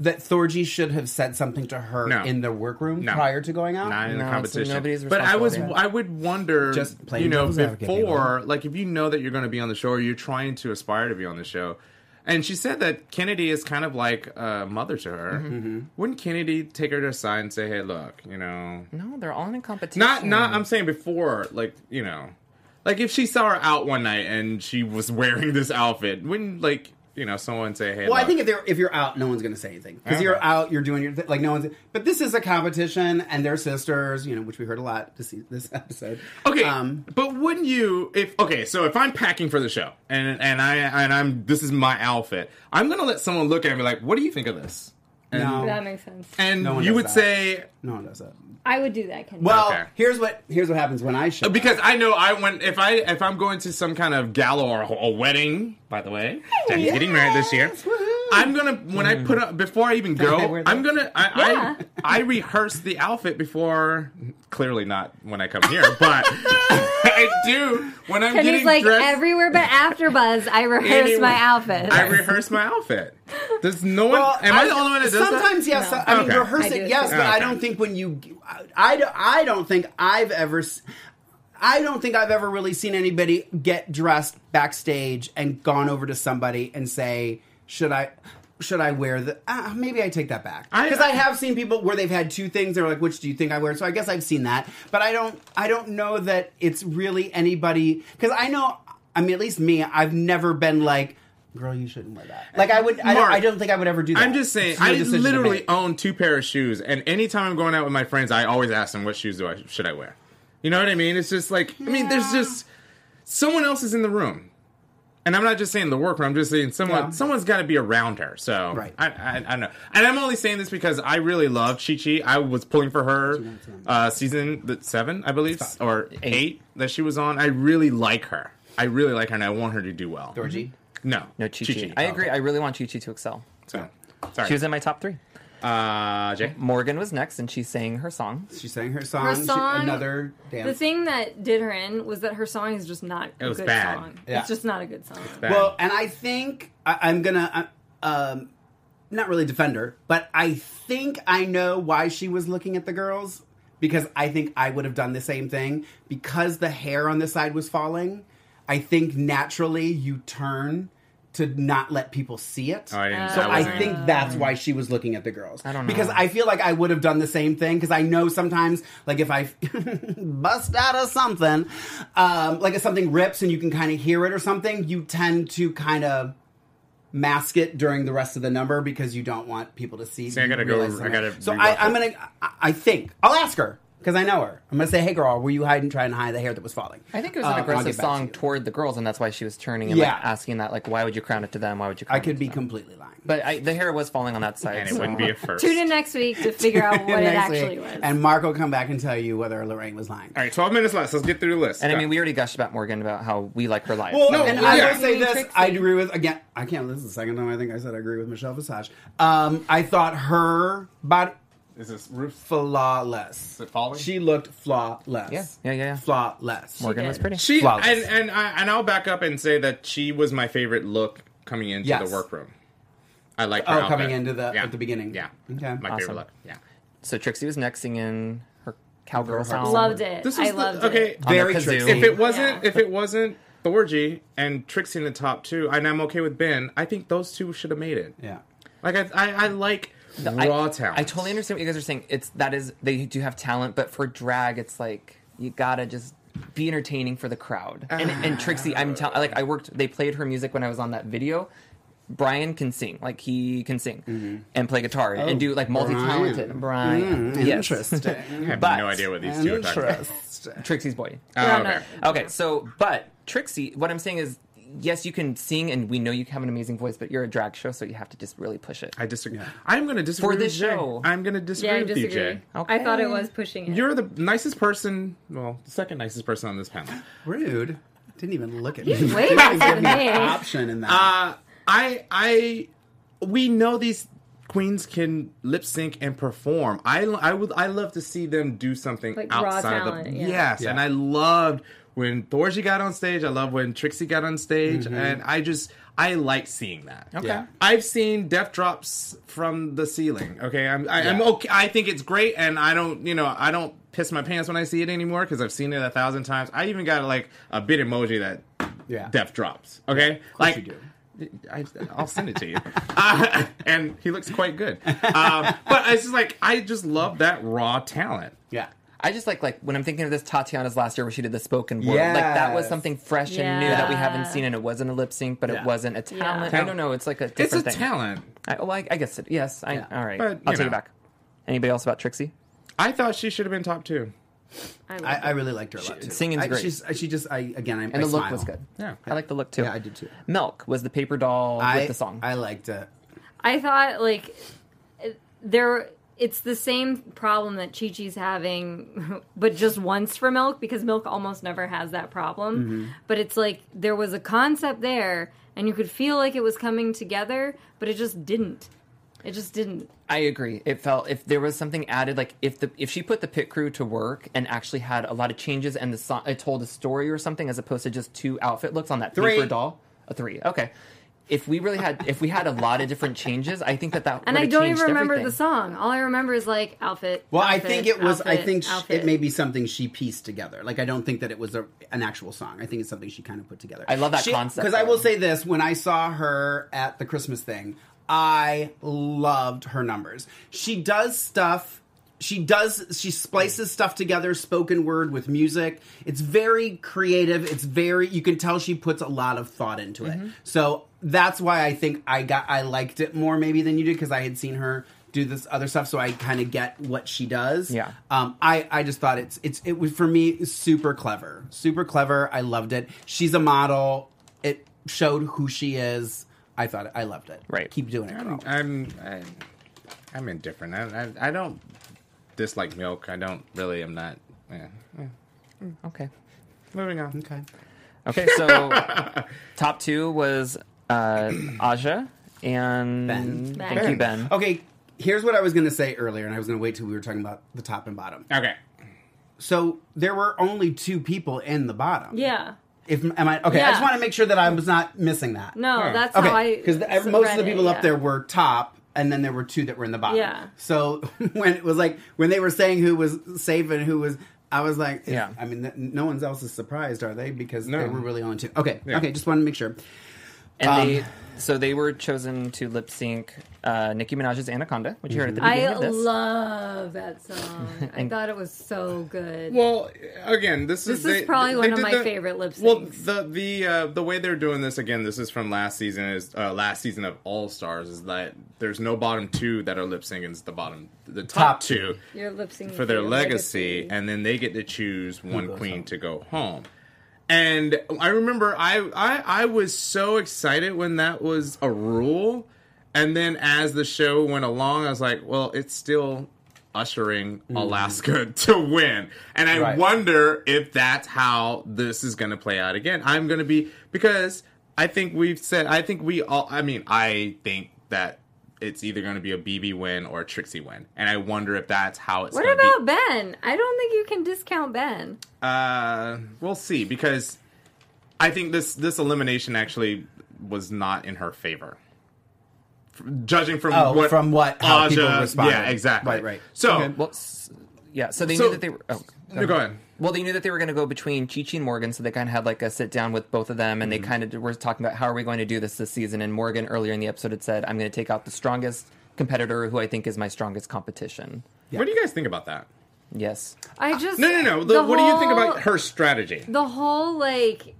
Speaker 5: that Thorgy should have said something to her
Speaker 4: No.
Speaker 5: in the workroom
Speaker 4: No.
Speaker 5: prior to going out?
Speaker 4: not in
Speaker 6: No,
Speaker 4: the
Speaker 6: it's
Speaker 4: competition.
Speaker 6: nobody's
Speaker 4: but I was,
Speaker 6: responsibility.
Speaker 4: I would wonder,
Speaker 5: Just plain
Speaker 4: you know,
Speaker 5: devil's advocate,
Speaker 4: before, like, if you know that you're going to be on the show, or you're trying to aspire to be on the show. And she said that Kennedy is kind of like a mother to her.
Speaker 6: Mm-hmm.
Speaker 5: Mm-hmm.
Speaker 4: Wouldn't Kennedy take her to a side and say, "Hey, look, you know,
Speaker 6: No, Oh, they're all in a competition.
Speaker 4: not, not."
Speaker 5: um,
Speaker 4: I'm saying before, like, you know, like if she saw her out one night and she was wearing this outfit, wouldn't like, you know, someone say, "Hey,
Speaker 5: Well, I
Speaker 4: look,
Speaker 5: think if they're if you're out, no one's going to say anything because
Speaker 4: Okay.
Speaker 5: you're out, you're doing your th- like no one's. But this is a competition, and they're sisters, you know, which we heard a lot this se- this episode.
Speaker 4: Okay,
Speaker 5: um,
Speaker 4: but wouldn't you if okay? So if I'm packing for the show and and I and I'm this is my outfit, I'm gonna let someone look at me like, what do you think of this? And,
Speaker 5: no,
Speaker 1: That makes sense.
Speaker 4: and
Speaker 5: No one
Speaker 4: you
Speaker 5: does
Speaker 4: would
Speaker 5: that.
Speaker 4: say
Speaker 5: no one does that.
Speaker 1: I would do that. Kendall.
Speaker 5: Well,
Speaker 4: Okay. Uh,
Speaker 5: here's what here's what happens when I show up.
Speaker 4: because I know I went if I if I'm going to some kind of gala or a, a wedding. By the way, Jackie's getting married this year. I'm gonna when I put up before I even
Speaker 5: I
Speaker 4: go.
Speaker 5: wear that?
Speaker 4: I'm gonna I, I I rehearse the outfit before. Clearly not when I come here, but I do when I'm
Speaker 1: Kenny's
Speaker 4: getting
Speaker 1: like
Speaker 4: dressed.
Speaker 1: everywhere but after Buzz. I rehearsed
Speaker 4: Anyway,
Speaker 1: my outfit.
Speaker 4: I rehearse my outfit. Does no one?
Speaker 5: Well,
Speaker 4: am I,
Speaker 5: I-
Speaker 4: the only one that does
Speaker 5: sometimes,
Speaker 4: that?
Speaker 5: yes. I mean,
Speaker 4: Okay.
Speaker 5: rehearse
Speaker 1: I do
Speaker 5: it, yes,
Speaker 1: too.
Speaker 5: but I
Speaker 4: Okay.
Speaker 5: don't think when you, I, don't- I don't think I've ever, s- I don't think I've ever really seen anybody get dressed backstage and gone over to somebody and say, should I. Should I wear the? Uh, maybe I take that back
Speaker 4: I-
Speaker 5: because I, have seen people where they've had two things. They're like, "Which do you think I wear?" So I guess I've seen that, but I don't. I don't know that it's really anybody because I know. I mean, at least me, I've never been like, "Girl, you shouldn't wear that." Like I would. I, don't,
Speaker 4: Mark,
Speaker 5: I don't think I would ever do that.
Speaker 4: I'm just saying.
Speaker 5: It's your
Speaker 4: I
Speaker 5: decision to
Speaker 4: literally
Speaker 5: make.
Speaker 4: own two pair of shoes, and anytime I'm going out with my friends, I always ask them, "What shoes do I should I wear?" You know what I mean? It's just like I mean, there's just someone else is in the room, and I'm not just saying the worker. I'm just saying someone
Speaker 5: Yeah.
Speaker 4: someone's got to be around her. So
Speaker 5: Right.
Speaker 4: I, I I don't know, and I'm only saying this because I really love Chi Chi. I was pulling for her uh, season the seven, I believe, or eight. that she was on. I really like her. I really like her, and I want her to do well.
Speaker 5: Georgie.
Speaker 4: No,
Speaker 6: No Chi-Chi.
Speaker 4: Chi-Chi.
Speaker 6: I
Speaker 4: Oh,
Speaker 6: agree. I really want Chi-Chi to excel.
Speaker 4: So, sorry.
Speaker 6: She was in my top 3.
Speaker 4: uh, Jay.
Speaker 6: Morgan was next and she sang her song.
Speaker 5: She sang her song.
Speaker 1: Her
Speaker 5: she-
Speaker 1: song-
Speaker 5: another dance.
Speaker 1: the thing that did her in was that her song is just not
Speaker 4: It
Speaker 1: a
Speaker 4: was
Speaker 1: good
Speaker 4: bad.
Speaker 1: song.
Speaker 5: Yeah.
Speaker 1: It's just not a good song.
Speaker 4: Bad.
Speaker 5: Well, and I think I, I'm gonna uh, um, not really defend her, but I think I know why she was looking at the girls because I think I would have done the same thing because the hair on the side was falling. I think naturally you turn to not let people see it.
Speaker 4: Oh, I
Speaker 1: Uh,
Speaker 4: didn't-
Speaker 5: so
Speaker 4: I
Speaker 5: I
Speaker 4: wasn't-
Speaker 5: think that's why she was looking at the girls. I
Speaker 6: don't know.
Speaker 5: because I feel like I would have done the same thing because I know sometimes, like if I bust out of something, um, like if something rips and you can kind of hear it or something, you tend to kind of mask it during the rest of the number because you don't want people to see.
Speaker 4: See, I gotta
Speaker 5: you
Speaker 4: go-
Speaker 5: realize
Speaker 4: I
Speaker 5: something.
Speaker 4: gotta
Speaker 5: So
Speaker 4: rewatch
Speaker 5: I,
Speaker 4: it.
Speaker 5: I'm gonna. I- I think I'll ask her because I know her. I'm gonna say, "Hey, girl, were you hiding trying to hide the hair that was falling?"
Speaker 6: I think it was an
Speaker 5: Uh, and I'll
Speaker 6: aggressive
Speaker 5: get back to
Speaker 6: song
Speaker 5: you.
Speaker 6: toward the girls and that's why she was turning and
Speaker 5: Yeah.
Speaker 6: like asking that like why would you crown it to them? Why would you crown
Speaker 5: I
Speaker 6: it
Speaker 5: could
Speaker 6: to
Speaker 5: be
Speaker 6: them?
Speaker 5: completely lying.
Speaker 6: But I, the hair was falling on that side.
Speaker 4: And it
Speaker 6: so-
Speaker 4: wouldn't be a first.
Speaker 1: Tune in next week to figure out what it
Speaker 5: Next
Speaker 1: actually
Speaker 5: week.
Speaker 1: was.
Speaker 5: And Mark will come back and tell you whether Lorraine was lying.
Speaker 4: All right, 12 minutes left. Let's get through the list.
Speaker 6: And I
Speaker 4: Go.
Speaker 6: mean, we already gushed about Morgan about how we like her life.
Speaker 5: Well,
Speaker 4: No,
Speaker 5: and
Speaker 4: yeah.
Speaker 5: I will say
Speaker 1: Mean
Speaker 5: this:
Speaker 1: Trixie.
Speaker 5: I agree with again. I can't. This is the second time I think I said I agree with Michelle Visage. Um, I thought her body
Speaker 4: Is this Ruth?
Speaker 5: flawless.
Speaker 4: it falling?
Speaker 5: She looked flawless.
Speaker 6: Yeah. Yeah, yeah, yeah.
Speaker 5: Flawless.
Speaker 6: Morgan
Speaker 1: did.
Speaker 6: was pretty.
Speaker 4: She
Speaker 5: Flawless.
Speaker 4: and and I, and I'll back up and say that she was my favorite look coming into
Speaker 5: Yes.
Speaker 4: the workroom. I like her
Speaker 5: Oh,
Speaker 4: outfit.
Speaker 5: coming into the
Speaker 4: Yeah.
Speaker 5: at the beginning. Mm-hmm.
Speaker 4: Yeah,
Speaker 5: Okay.
Speaker 4: my favorite
Speaker 6: Awesome.
Speaker 4: look. Yeah,
Speaker 6: So Trixie was next singing her cowgirl
Speaker 5: Her
Speaker 6: sound.
Speaker 1: loved it.
Speaker 4: This
Speaker 1: I
Speaker 4: was the-
Speaker 1: loved
Speaker 4: okay.
Speaker 1: it.
Speaker 6: on their
Speaker 5: Very
Speaker 6: kazoo.
Speaker 5: Trixie.
Speaker 4: If it wasn't,
Speaker 1: Yeah.
Speaker 4: if it wasn't Thorgy and Trixie in the top two, and I'm okay with Ben. I think those two should have made it.
Speaker 5: Yeah.
Speaker 4: Like I, I, I like
Speaker 6: I-
Speaker 4: raw talent.
Speaker 6: I totally understand what you guys are saying. It's that is they do have talent, but for drag, it's like you gotta just be entertaining for the crowd. And, and Trixie, I'm tell- like I worked. They played her music when I was on that video. Brian can sing, like he can sing and play guitar and do like multi-talented. Brian,
Speaker 5: Mm-hmm. Mm,
Speaker 6: yes.
Speaker 4: I have
Speaker 6: but-
Speaker 4: no idea what these two are talking about.
Speaker 5: Interesting.
Speaker 6: Trixie's boy.
Speaker 4: Oh,
Speaker 1: No, no.
Speaker 4: okay.
Speaker 6: Okay, so but Trixie, what I'm saying is yes, you can sing, and we know you have an amazing voice, but you're a drag show, so you have to just really push it.
Speaker 4: I disagree. I'm going to disagree
Speaker 6: For this
Speaker 4: with Jay.
Speaker 6: show.
Speaker 4: I'm going to disagree
Speaker 1: Yeah, I
Speaker 4: with
Speaker 1: disagree.
Speaker 4: you, Jay.
Speaker 1: I thought it was pushing it.
Speaker 4: You're the nicest person, well, the second nicest person on this panel.
Speaker 5: Rude. Didn't even look at me.
Speaker 1: way
Speaker 5: Didn't even
Speaker 1: nicer
Speaker 5: give
Speaker 1: than
Speaker 5: me an
Speaker 1: me.
Speaker 5: option in that.
Speaker 4: Uh, I I we know these queens can lip sync and perform. I I would I love to see them do something
Speaker 1: Like raw
Speaker 4: outside of
Speaker 1: talent,
Speaker 4: the
Speaker 1: yeah.
Speaker 4: yes.
Speaker 5: Yeah.
Speaker 4: And I loved when Thorgy got on stage. I love when Trixie got on stage,
Speaker 5: Mm-hmm.
Speaker 4: and I just I like seeing that.
Speaker 6: Okay.
Speaker 5: Yeah.
Speaker 4: I've seen death drops from the ceiling. Okay, I'm I, I'm
Speaker 5: Yeah.
Speaker 4: okay. I think it's great, and I don't you know I don't piss my pants when I see it anymore because I've seen it a thousand times. I even got like a bit emoji that
Speaker 5: Yeah.
Speaker 4: death drops. Okay,
Speaker 5: course
Speaker 4: like
Speaker 5: you do.
Speaker 4: I, I'll send it to you. Uh, and he looks quite good. Um, but it's just like I just love that raw talent.
Speaker 5: yeah.
Speaker 6: I just like like when I'm thinking of this Tatiana's last year where she did the spoken word.
Speaker 5: Yes.
Speaker 6: Like that was something fresh and new that we
Speaker 1: Yeah.
Speaker 6: haven't seen, and it wasn't a lip sync, but
Speaker 5: Yeah.
Speaker 6: it wasn't a talent. I don't know. It's like a
Speaker 4: It's
Speaker 6: different
Speaker 4: a
Speaker 6: thing.
Speaker 4: talent.
Speaker 6: I, well, I, I guess it. Yes. I, All right.
Speaker 4: But,
Speaker 6: I'll
Speaker 4: you
Speaker 6: take
Speaker 4: know.
Speaker 6: it back. Anybody else about Trixie?
Speaker 4: I thought she should have been top two.
Speaker 1: I love
Speaker 5: I,
Speaker 1: it.
Speaker 5: I really liked her a lot. Too.
Speaker 6: singing's
Speaker 5: I,
Speaker 6: great.
Speaker 5: She's, she just, I again, I
Speaker 6: And
Speaker 5: I
Speaker 6: the look
Speaker 5: smile.
Speaker 6: was good.
Speaker 4: Yeah.
Speaker 6: I like the look too.
Speaker 5: Yeah, I did too.
Speaker 6: Milk was the paper doll
Speaker 5: I,
Speaker 6: with the song.
Speaker 5: I liked it.
Speaker 1: I thought like there it's the same problem that Chi Chi's having, but just once for milk because milk almost never has that problem.
Speaker 5: Mm-hmm.
Speaker 1: But it's like there was a concept there and you could feel like it was coming together, but it just didn't. It just didn't.
Speaker 6: I agree. It felt if there was something added, like if the if she put the pit crew to work and actually had a lot of changes and the song it told a story or something as opposed to just two outfit looks on that
Speaker 5: Three.
Speaker 6: paper doll. A three. Okay. If we really had if we had a lot of different changes, I think that that
Speaker 1: And I
Speaker 6: would've
Speaker 1: don't even
Speaker 6: changed
Speaker 1: remember
Speaker 6: everything.
Speaker 1: the song. All I remember is like outfit.
Speaker 5: Well, I
Speaker 1: outfit,
Speaker 5: think it was. I
Speaker 1: outfit,
Speaker 5: think sh
Speaker 1: outfit.
Speaker 5: it may be something she pieced together. Like I don't think that it was a, an actual song. I think it's something she kind of put together.
Speaker 6: I love that concept,
Speaker 5: Because I will
Speaker 6: though.
Speaker 5: say this: when I saw her at the Christmas thing, I loved her numbers. She does stuff. She does. She splices stuff together, spoken word with music. It's very creative. It's very. You can tell she puts a lot of thought into it. So that's why I think I got. I liked it more maybe than you did because I had seen her do this other stuff. So I kind of get what she does.
Speaker 6: Yeah.
Speaker 5: Um, I, I just thought it's it's it was for me super clever, super clever. I loved it. She's a model. It showed who she is. I thought it, I loved it.
Speaker 6: Right.
Speaker 5: Keep doing it, girl.
Speaker 4: I'm I, I'm indifferent. I, I I don't dislike milk. I don't really. I'm not. Yeah. Yeah.
Speaker 6: Okay.
Speaker 4: Moving on.
Speaker 5: Okay.
Speaker 6: Okay, so top two was uh Aja and
Speaker 5: Ben.
Speaker 6: Thank you, Ben.
Speaker 5: Okay. Here's what I was gonna say earlier, and I was gonna wait till we were talking about the top and bottom.
Speaker 4: Okay.
Speaker 5: So there were only two people in the bottom.
Speaker 1: Yeah.
Speaker 5: If am I okay? I
Speaker 1: Yeah.
Speaker 5: just want to make sure that I was not missing that.
Speaker 1: No,
Speaker 4: Yeah.
Speaker 1: that's how
Speaker 5: Okay,
Speaker 1: I
Speaker 5: because
Speaker 1: s-
Speaker 5: most of the
Speaker 1: read it,
Speaker 5: people
Speaker 1: yeah.
Speaker 5: up there were top, and then there were two that were in the bottom.
Speaker 1: Yeah.
Speaker 5: So when it was like when they were saying who was safe and who was, I was like,
Speaker 6: Yeah.
Speaker 5: I mean, th- no one else is surprised, are they? Because
Speaker 4: No.
Speaker 5: they were really on two. Okay.
Speaker 4: Yeah.
Speaker 5: Okay. Just wanted to make sure.
Speaker 6: And
Speaker 5: Um,
Speaker 6: they so they were chosen to lip sync uh, Nicki Minaj's Anaconda, which you heard at the beginning
Speaker 1: I
Speaker 6: of this.
Speaker 1: love that song. I thought it was so good.
Speaker 4: Well, again, this is
Speaker 1: This is probably one of
Speaker 4: did
Speaker 1: my favorite lip
Speaker 4: Well,
Speaker 1: syncs.
Speaker 4: the the uh, the way they're doing this again, this is from last season is uh, last season of All Stars is that there's no bottom two that are lip syncing. It's the bottom the top,
Speaker 5: Top
Speaker 4: two
Speaker 1: Your lip syncing
Speaker 4: for Mm-hmm. their legacy, and then they get to choose one queen to go home. And I remember I, I I was so excited when that was a rule, and then as the show went along, I was like, well, it's still ushering Alaska to win, and I
Speaker 5: Right.
Speaker 4: wonder if that's how this is going to play out again. I'm going to be because I think we've said I think we all I mean I think that. It's either going to be a BB win or a Trixie win, and I wonder if that's how it's.
Speaker 1: What
Speaker 4: gonna
Speaker 1: about
Speaker 4: be.
Speaker 1: Ben? I don't think you can discount Ben.
Speaker 4: Uh, we'll see because I think this this elimination actually was not in her favor. F- Judging from
Speaker 5: Oh,
Speaker 4: what
Speaker 5: from what- how people
Speaker 4: Aja-
Speaker 5: responded.
Speaker 4: yeah, exactly,
Speaker 5: Right, right.
Speaker 4: So
Speaker 5: Okay. um,
Speaker 6: Well, s- yeah. So they
Speaker 4: So-
Speaker 6: knew that they were. Oh,
Speaker 4: no, go ahead.
Speaker 6: Well, they knew that they were going to go between Chi Chi and Morgan, so they kind of had like a sit down with both of them, and they kind of were talking about how are we going to do this this season. And Morgan earlier in the episode had said, "I'm going to take out the strongest competitor, who I think is my strongest competition."
Speaker 4: What do you guys think about that?
Speaker 6: Yes,
Speaker 1: I just
Speaker 4: Uh, No, no, no. The-
Speaker 1: the
Speaker 4: what do you think
Speaker 1: whole-
Speaker 4: about her strategy?
Speaker 1: The whole like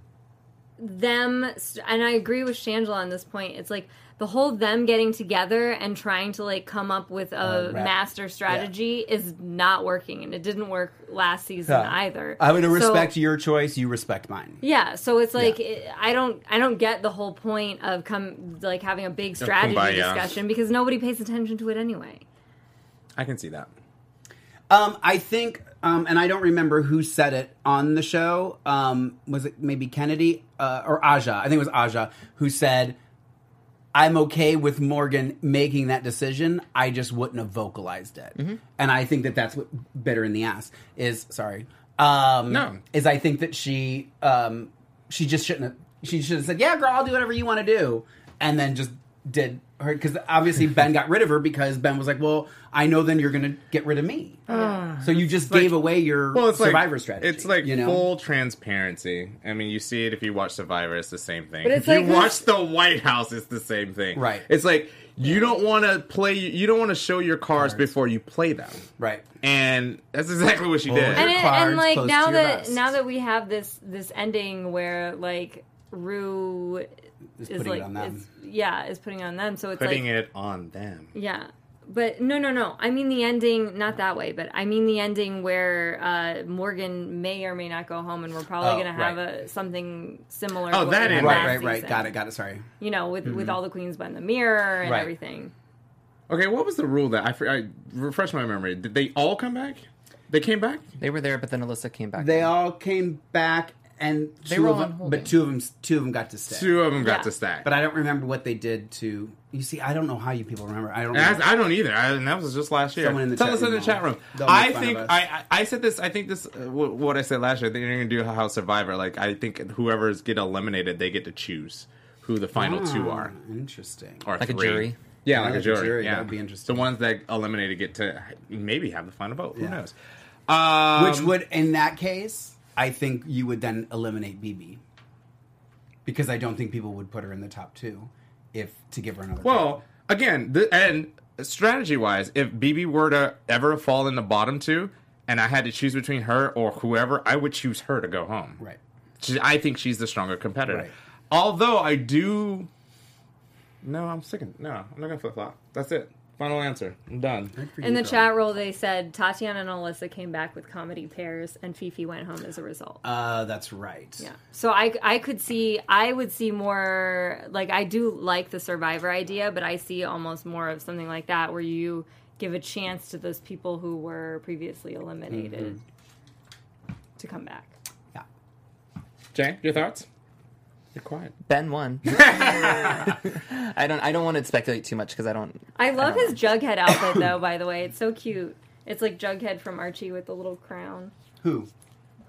Speaker 1: them and I agree with Shangela on this point. It's like the whole them getting together and trying to like come up with a
Speaker 4: Oh,
Speaker 5: A rep.
Speaker 1: master strategy is not working and it didn't work last season
Speaker 5: Yeah.
Speaker 1: either.
Speaker 5: I'm going to
Speaker 1: So-
Speaker 5: respect your choice. You respect mine.
Speaker 1: yeah, so it's like it, I don't I don't get the whole point of come like having a big strategy
Speaker 4: kumbaya.
Speaker 1: discussion because nobody pays attention to it anyway.
Speaker 4: I can see that.
Speaker 5: Um, I think, um, and I don't remember who said it on the show. Um, was it maybe Kennedy uh, or Aja? I think it was Aja who said, "I'm okay with Morgan making that decision. I just wouldn't have vocalized it." And I think that that's what bitter in the ass is. Sorry. Um,
Speaker 4: No.
Speaker 5: is I think that she um, she just shouldn't have. She should have said, "Yeah, girl, I'll do whatever you want to do," and then just did her because obviously Ben got rid of her because Ben was like, "Well, I know then you're gonna get rid of me."
Speaker 1: Ah.
Speaker 5: So you just gave away your
Speaker 4: Well, it's
Speaker 5: survivor
Speaker 4: like,
Speaker 5: strategy.
Speaker 4: It's like
Speaker 5: you know.
Speaker 4: full transparency. I mean, you see it if you watch Survivor, it's the same thing.
Speaker 1: But it's
Speaker 4: if you
Speaker 1: like-
Speaker 4: watch The White House, it's the same thing.
Speaker 5: Right.
Speaker 4: It's like you don't want to play. You don't want to show your cards before you play them.
Speaker 5: right.
Speaker 4: And that's exactly what she
Speaker 5: Oh,
Speaker 4: did.
Speaker 5: yeah.
Speaker 1: and, it,
Speaker 5: cards
Speaker 1: and like
Speaker 5: close
Speaker 1: now
Speaker 5: to your
Speaker 1: that
Speaker 5: vest.
Speaker 1: now that we have this this ending where like Rue is,
Speaker 5: putting it
Speaker 1: like
Speaker 5: on them.
Speaker 1: is- yeah is putting it on them, so it's
Speaker 4: Putting
Speaker 1: like
Speaker 4: it on them.
Speaker 1: yeah. But no, no, no. I mean the ending, not that way, but I mean the ending where uh, Morgan may or may not go home, and we're probably
Speaker 5: Oh,
Speaker 1: going to have
Speaker 5: right.
Speaker 1: a something similar.
Speaker 4: Oh,
Speaker 1: to what
Speaker 4: that
Speaker 1: we had
Speaker 4: ending. Mm-hmm.
Speaker 5: Right,
Speaker 1: last
Speaker 5: right, right.
Speaker 1: season.
Speaker 5: Got it. Got it. Sorry.
Speaker 1: You know, with with all the queens by the mirror and
Speaker 5: Right.
Speaker 1: everything.
Speaker 4: Okay, what was the rule that I, for- I refresh my memory? Did they all come back? They came back.
Speaker 6: They were there, but then Alyssa came back.
Speaker 5: They all came back, and
Speaker 6: They
Speaker 5: two
Speaker 6: were
Speaker 5: of
Speaker 6: all on
Speaker 5: them,
Speaker 6: holding.
Speaker 5: but two of them, two of them got to stay.
Speaker 4: Two of them got
Speaker 1: Yeah.
Speaker 4: to stack.
Speaker 5: But I don't remember what they did to. You see, I don't know how you people remember. I don't.
Speaker 4: And
Speaker 5: Remember.
Speaker 4: that's- I don't either. I, and that was just last year.
Speaker 5: Someone in the
Speaker 4: Tell
Speaker 5: chat
Speaker 4: us in
Speaker 5: room
Speaker 4: the chat
Speaker 5: will.
Speaker 4: room.
Speaker 5: They'll make
Speaker 4: I
Speaker 5: fun
Speaker 4: think
Speaker 5: of us.
Speaker 4: I, I I said this. I think this. Uh, wh- what I said last year. I think you're gonna do how Survivor. Like I think whoever's get eliminated, they get to choose who the final two are
Speaker 5: Ah, Interesting.
Speaker 4: or
Speaker 6: Like a
Speaker 4: three.
Speaker 6: jury.
Speaker 4: Yeah,
Speaker 5: Yeah,
Speaker 4: like a
Speaker 5: like a
Speaker 4: jury.
Speaker 5: jury. That
Speaker 4: Yeah,
Speaker 5: would be interesting.
Speaker 4: The ones that eliminated get to maybe have the final vote. Who
Speaker 5: Yeah.
Speaker 4: knows? Um,
Speaker 5: Which would, in that case, I think you would then eliminate BB because I don't think people would put her in the top two if to give her another.
Speaker 4: Well, again, th- and strategy wise, if BB were to ever fall in the bottom two, and I had to choose between her or whoever, I would choose her to go home.
Speaker 5: right,
Speaker 4: She, I think she's the stronger competitor.
Speaker 5: Right.
Speaker 4: Although I do. No, I'm sticking. No, I'm not gonna flip flop. That's it. Final answer. I'm done.
Speaker 1: In the chat roll, they said Tatiana and Alyssa came back with comedy pairs, and Fifi went home as a result.
Speaker 5: uh, that's right.
Speaker 1: Yeah. So I I could see I would see more like I do like the survivor idea, but I see almost more of something like that where you give a chance to those people who were previously eliminated to come back.
Speaker 5: Yeah.
Speaker 4: Jay, your thoughts? You're quiet.
Speaker 6: Ben won. I don't. I don't want to speculate too much because I don't.
Speaker 1: I love his Jughead outfit though, by the way. It's so cute. It's like Jughead from Archie with the little crown.
Speaker 5: Who?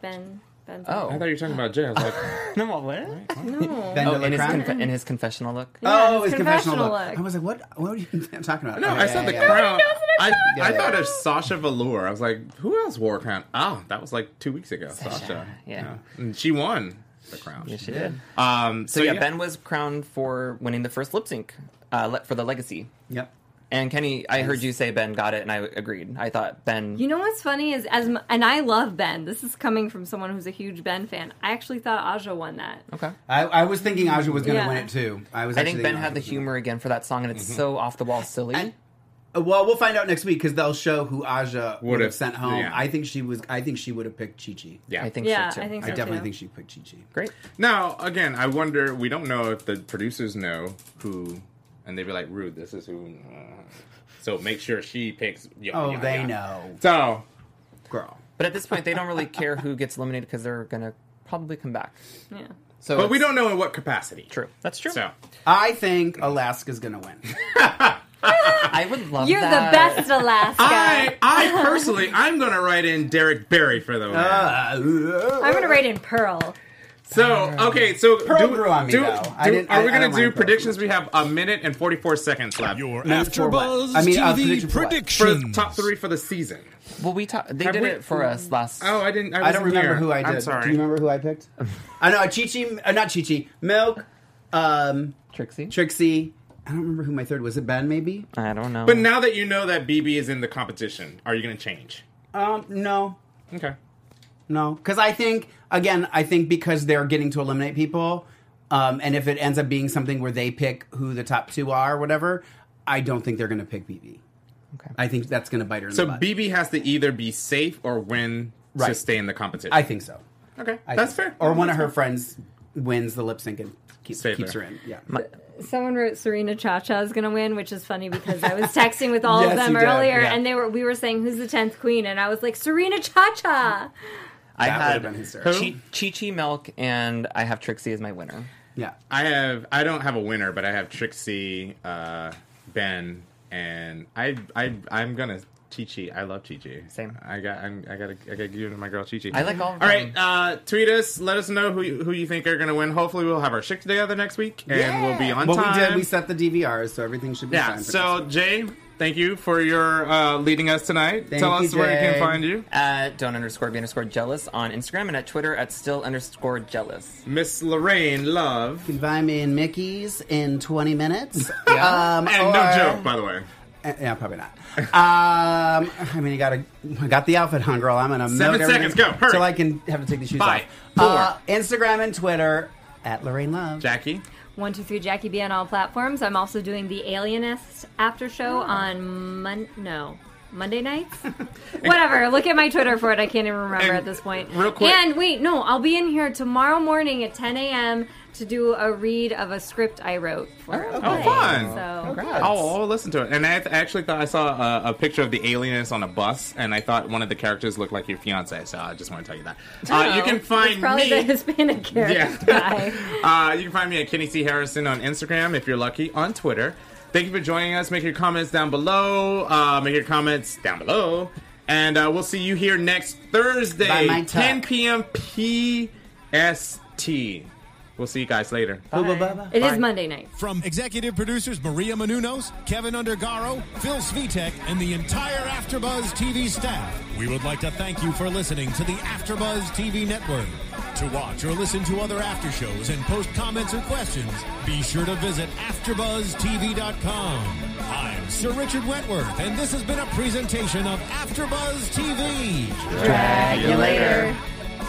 Speaker 1: Ben Ben's
Speaker 4: I
Speaker 6: Oh
Speaker 4: thought you were talking about Jay. I was like,
Speaker 6: no, what?
Speaker 1: No.
Speaker 5: Ben
Speaker 6: Oh,
Speaker 5: de la
Speaker 6: in his,
Speaker 5: Croix?
Speaker 6: conf- in his confessional look.
Speaker 1: Yeah,
Speaker 5: oh, his confessional look. I was like, what? What are you talking about?
Speaker 4: no,
Speaker 5: Okay,
Speaker 4: I
Speaker 5: yeah,
Speaker 4: said the
Speaker 5: yeah, yeah.
Speaker 4: crown. I,
Speaker 5: Yeah,
Speaker 4: I
Speaker 5: yeah.
Speaker 4: thought of Sasha Velour. I was like, who else wore a crown? Oh, that was like two weeks ago. Sasha.
Speaker 6: yeah.
Speaker 4: And she won the crown.
Speaker 6: Yes, she did.
Speaker 4: Um,
Speaker 6: So, yeah, Ben was crowned for winning the first lip sync uh, le- for the legacy.
Speaker 5: Yep.
Speaker 6: And Kenny, I heard you say Ben got it, and I agreed. I thought Ben.
Speaker 1: You know what's funny is as m- and I love Ben. This is coming from someone who's a huge Ben fan. I actually thought Aja won that.
Speaker 6: okay.
Speaker 5: I, I was thinking Aja was going to
Speaker 1: Yeah.
Speaker 5: win it too. I was.
Speaker 6: I
Speaker 5: actually
Speaker 6: think Ben
Speaker 5: thinking
Speaker 6: had
Speaker 5: Aja
Speaker 6: the
Speaker 5: was gonna win
Speaker 6: humor again for that song, and it's
Speaker 1: Mm-hmm.
Speaker 6: so off the wall silly.
Speaker 5: And- it. Uh, Well, we'll find out next week because they'll show who Aja would
Speaker 4: Would've-
Speaker 5: have sent home.
Speaker 4: yeah.
Speaker 5: I think she was. I think she would have picked Chi Chi.
Speaker 4: Yeah.
Speaker 6: I think
Speaker 1: Yeah,
Speaker 6: so too.
Speaker 1: I think
Speaker 5: I
Speaker 1: so
Speaker 5: definitely
Speaker 1: too.
Speaker 5: think she picked Chi Chi.
Speaker 6: Great.
Speaker 4: Now, again, I wonder. We don't know if the producers know who, and they'd be like, "Rude, this is who." Uh, so make sure she picks. Yeah,
Speaker 5: Oh,
Speaker 4: yeah,
Speaker 5: they
Speaker 4: yeah.
Speaker 5: know,
Speaker 4: So
Speaker 5: girl.
Speaker 6: But at this point, they don't really care who gets eliminated because they're gonna probably come back.
Speaker 1: Yeah.
Speaker 6: So,
Speaker 4: but we
Speaker 6: it's
Speaker 4: don't know in what capacity.
Speaker 6: True. That's true.
Speaker 4: So
Speaker 5: I think Alaska's going to win.
Speaker 6: I would love.
Speaker 1: You're
Speaker 6: that.
Speaker 1: the best Alaska.
Speaker 4: I, I personally, I'm gonna write in Derek Barry for the win.
Speaker 5: Uh,
Speaker 1: I'm gonna write in Pearl.
Speaker 4: so okay, so
Speaker 5: uh, Pearl grew on me,
Speaker 4: do,
Speaker 5: though. I
Speaker 4: do-
Speaker 5: didn't-
Speaker 4: are
Speaker 5: I-
Speaker 4: we
Speaker 5: I
Speaker 4: gonna
Speaker 5: don't
Speaker 4: do
Speaker 5: mind Pearl.
Speaker 4: predictions? We have a minute and 44 seconds left
Speaker 2: Your
Speaker 5: Minutes for what?
Speaker 2: AfterBuzz
Speaker 5: I mean, uh, prediction
Speaker 2: TV
Speaker 5: for what?
Speaker 4: for
Speaker 2: predictions.
Speaker 4: the top three for the season.
Speaker 6: Well, we talked. They
Speaker 4: Have
Speaker 6: did
Speaker 4: we-
Speaker 6: it for us last.
Speaker 4: Oh, I didn't. I,
Speaker 5: I don't
Speaker 4: wasn't
Speaker 5: remember
Speaker 4: here.
Speaker 5: who I did.
Speaker 4: I'm sorry.
Speaker 5: Do you remember who I picked? I know Chi Chi, uh, not Chi Chi, Milk, um,
Speaker 6: Trixie.
Speaker 5: Trixie. I don't remember who my third was. It Ben maybe?
Speaker 6: I don't know.
Speaker 4: But now that you know that BB is in the competition, are you gonna change?
Speaker 5: Um, no,
Speaker 4: Okay.
Speaker 5: no, because I think again, I think because they're getting to eliminate people. Um, and if it ends up being something where they pick who the top two are or whatever, I don't think they're going to pick BB. Okay. I think that's going to bite her in
Speaker 4: So
Speaker 5: the butt.
Speaker 4: BB has to either be safe or win to
Speaker 5: Right.
Speaker 4: stay in the competition.
Speaker 5: I think so.
Speaker 4: Okay,
Speaker 5: I
Speaker 4: that's
Speaker 5: think
Speaker 4: fair.
Speaker 5: so. Or one of her friends wins the lip sync and keeps,
Speaker 4: Save
Speaker 5: keeps
Speaker 4: her.
Speaker 5: her. in. Yeah.
Speaker 1: Someone wrote Serena Cha Cha is going to win, which is funny because I was texting with all of
Speaker 5: Yes,
Speaker 1: them
Speaker 5: you did,
Speaker 1: earlier,
Speaker 5: yeah.
Speaker 1: and they were we were saying who's the tenth queen, and I was like Serena Cha Cha.
Speaker 6: I
Speaker 5: That
Speaker 6: had
Speaker 5: would've been hysterical.
Speaker 6: Chi Chi Chi Milk, and I have Trixie as my winner.
Speaker 5: yeah.
Speaker 4: I have I don't have a winner, but I have Trixie, uh, Ben, and I I I'm gonna Chi Chi. I love Chi Chi.
Speaker 6: Same.
Speaker 4: I got I'm, I gotta I gotta give it to my girl Chi Chi.
Speaker 6: I like all of
Speaker 4: All right,
Speaker 6: them.
Speaker 4: uh, tweet us. Let us know who you, who you think are gonna win. Hopefully, we'll have our shit together next week, and we'll be on
Speaker 5: What
Speaker 4: time.
Speaker 5: we did, we set the DVRs, so everything should be
Speaker 4: yeah.
Speaker 5: fine. for this
Speaker 4: So
Speaker 5: one.
Speaker 4: Jay, thank you for your uh, leading us tonight.
Speaker 5: Thank
Speaker 4: Tell
Speaker 5: you,
Speaker 4: us where we can
Speaker 5: Jay.
Speaker 4: find you.
Speaker 6: At don't underscore be underscore jealous on Instagram and at Twitter at still underscore jealous.
Speaker 4: Miss Lorraine Love.
Speaker 5: You can buy me in Mickey's in 20 minutes.
Speaker 6: Yeah.
Speaker 5: Um,
Speaker 4: And
Speaker 5: or-
Speaker 4: no joke, by the way.
Speaker 5: Uh, Yeah, probably not. Um, I mean, you gotta I got the outfit, hung girl. I'm gonna
Speaker 4: Seven
Speaker 5: melt everything
Speaker 4: seconds, go, hurry.
Speaker 5: till I can have to take the shoes
Speaker 4: Five,
Speaker 5: off. Uh, Instagram and Twitter at Lorraine Love.
Speaker 4: Jackie.
Speaker 1: One two three Jackie B on all platforms. I'm also doing the Alienist after show on Mon no. Monday nights? Whatever. Look at my Twitter for it. I can't even remember
Speaker 4: And
Speaker 1: at this point.
Speaker 4: real quick-
Speaker 1: And wait, no, I'll be in here tomorrow morning at 10 a.m. to do a read of a script I wrote for a
Speaker 4: Oh,
Speaker 1: play.
Speaker 4: fun.
Speaker 1: So,
Speaker 6: Congrats.
Speaker 4: Oh, I'll listen to it. And I th- actually thought I saw a, a picture of the alienist on a bus, and I thought one of the characters looked like your fiance. So I just want to tell you that. Uh, you can
Speaker 1: Oh, It's
Speaker 4: find
Speaker 1: probably the
Speaker 4: me.
Speaker 1: Hispanic
Speaker 4: Yeah.
Speaker 1: character guy.
Speaker 4: uh, you can find me at Kenny C Harrison on Instagram if you're lucky on Twitter. Thank you for joining us. Make your comments down below. Uh, make your comments down below, and uh, we'll see you here next
Speaker 5: By
Speaker 4: Thursday,
Speaker 5: my
Speaker 4: 10
Speaker 5: tuck.
Speaker 4: p.m. PST. We'll see you guys later.
Speaker 5: Bye-bye-bye.
Speaker 1: It is Monday night.
Speaker 2: From executive producers Maria Manunos, Kevin Undergaro, Phil Svitek, and the entire AfterBuzz TV staff, we would like to thank you for listening to the AfterBuzz TV network. To watch or listen to other after shows and post comments or questions, be sure to visit AfterBuzzTV.com. I'm Sir Richard Wentworth, and this has been a presentation of AfterBuzz TV.
Speaker 1: you later.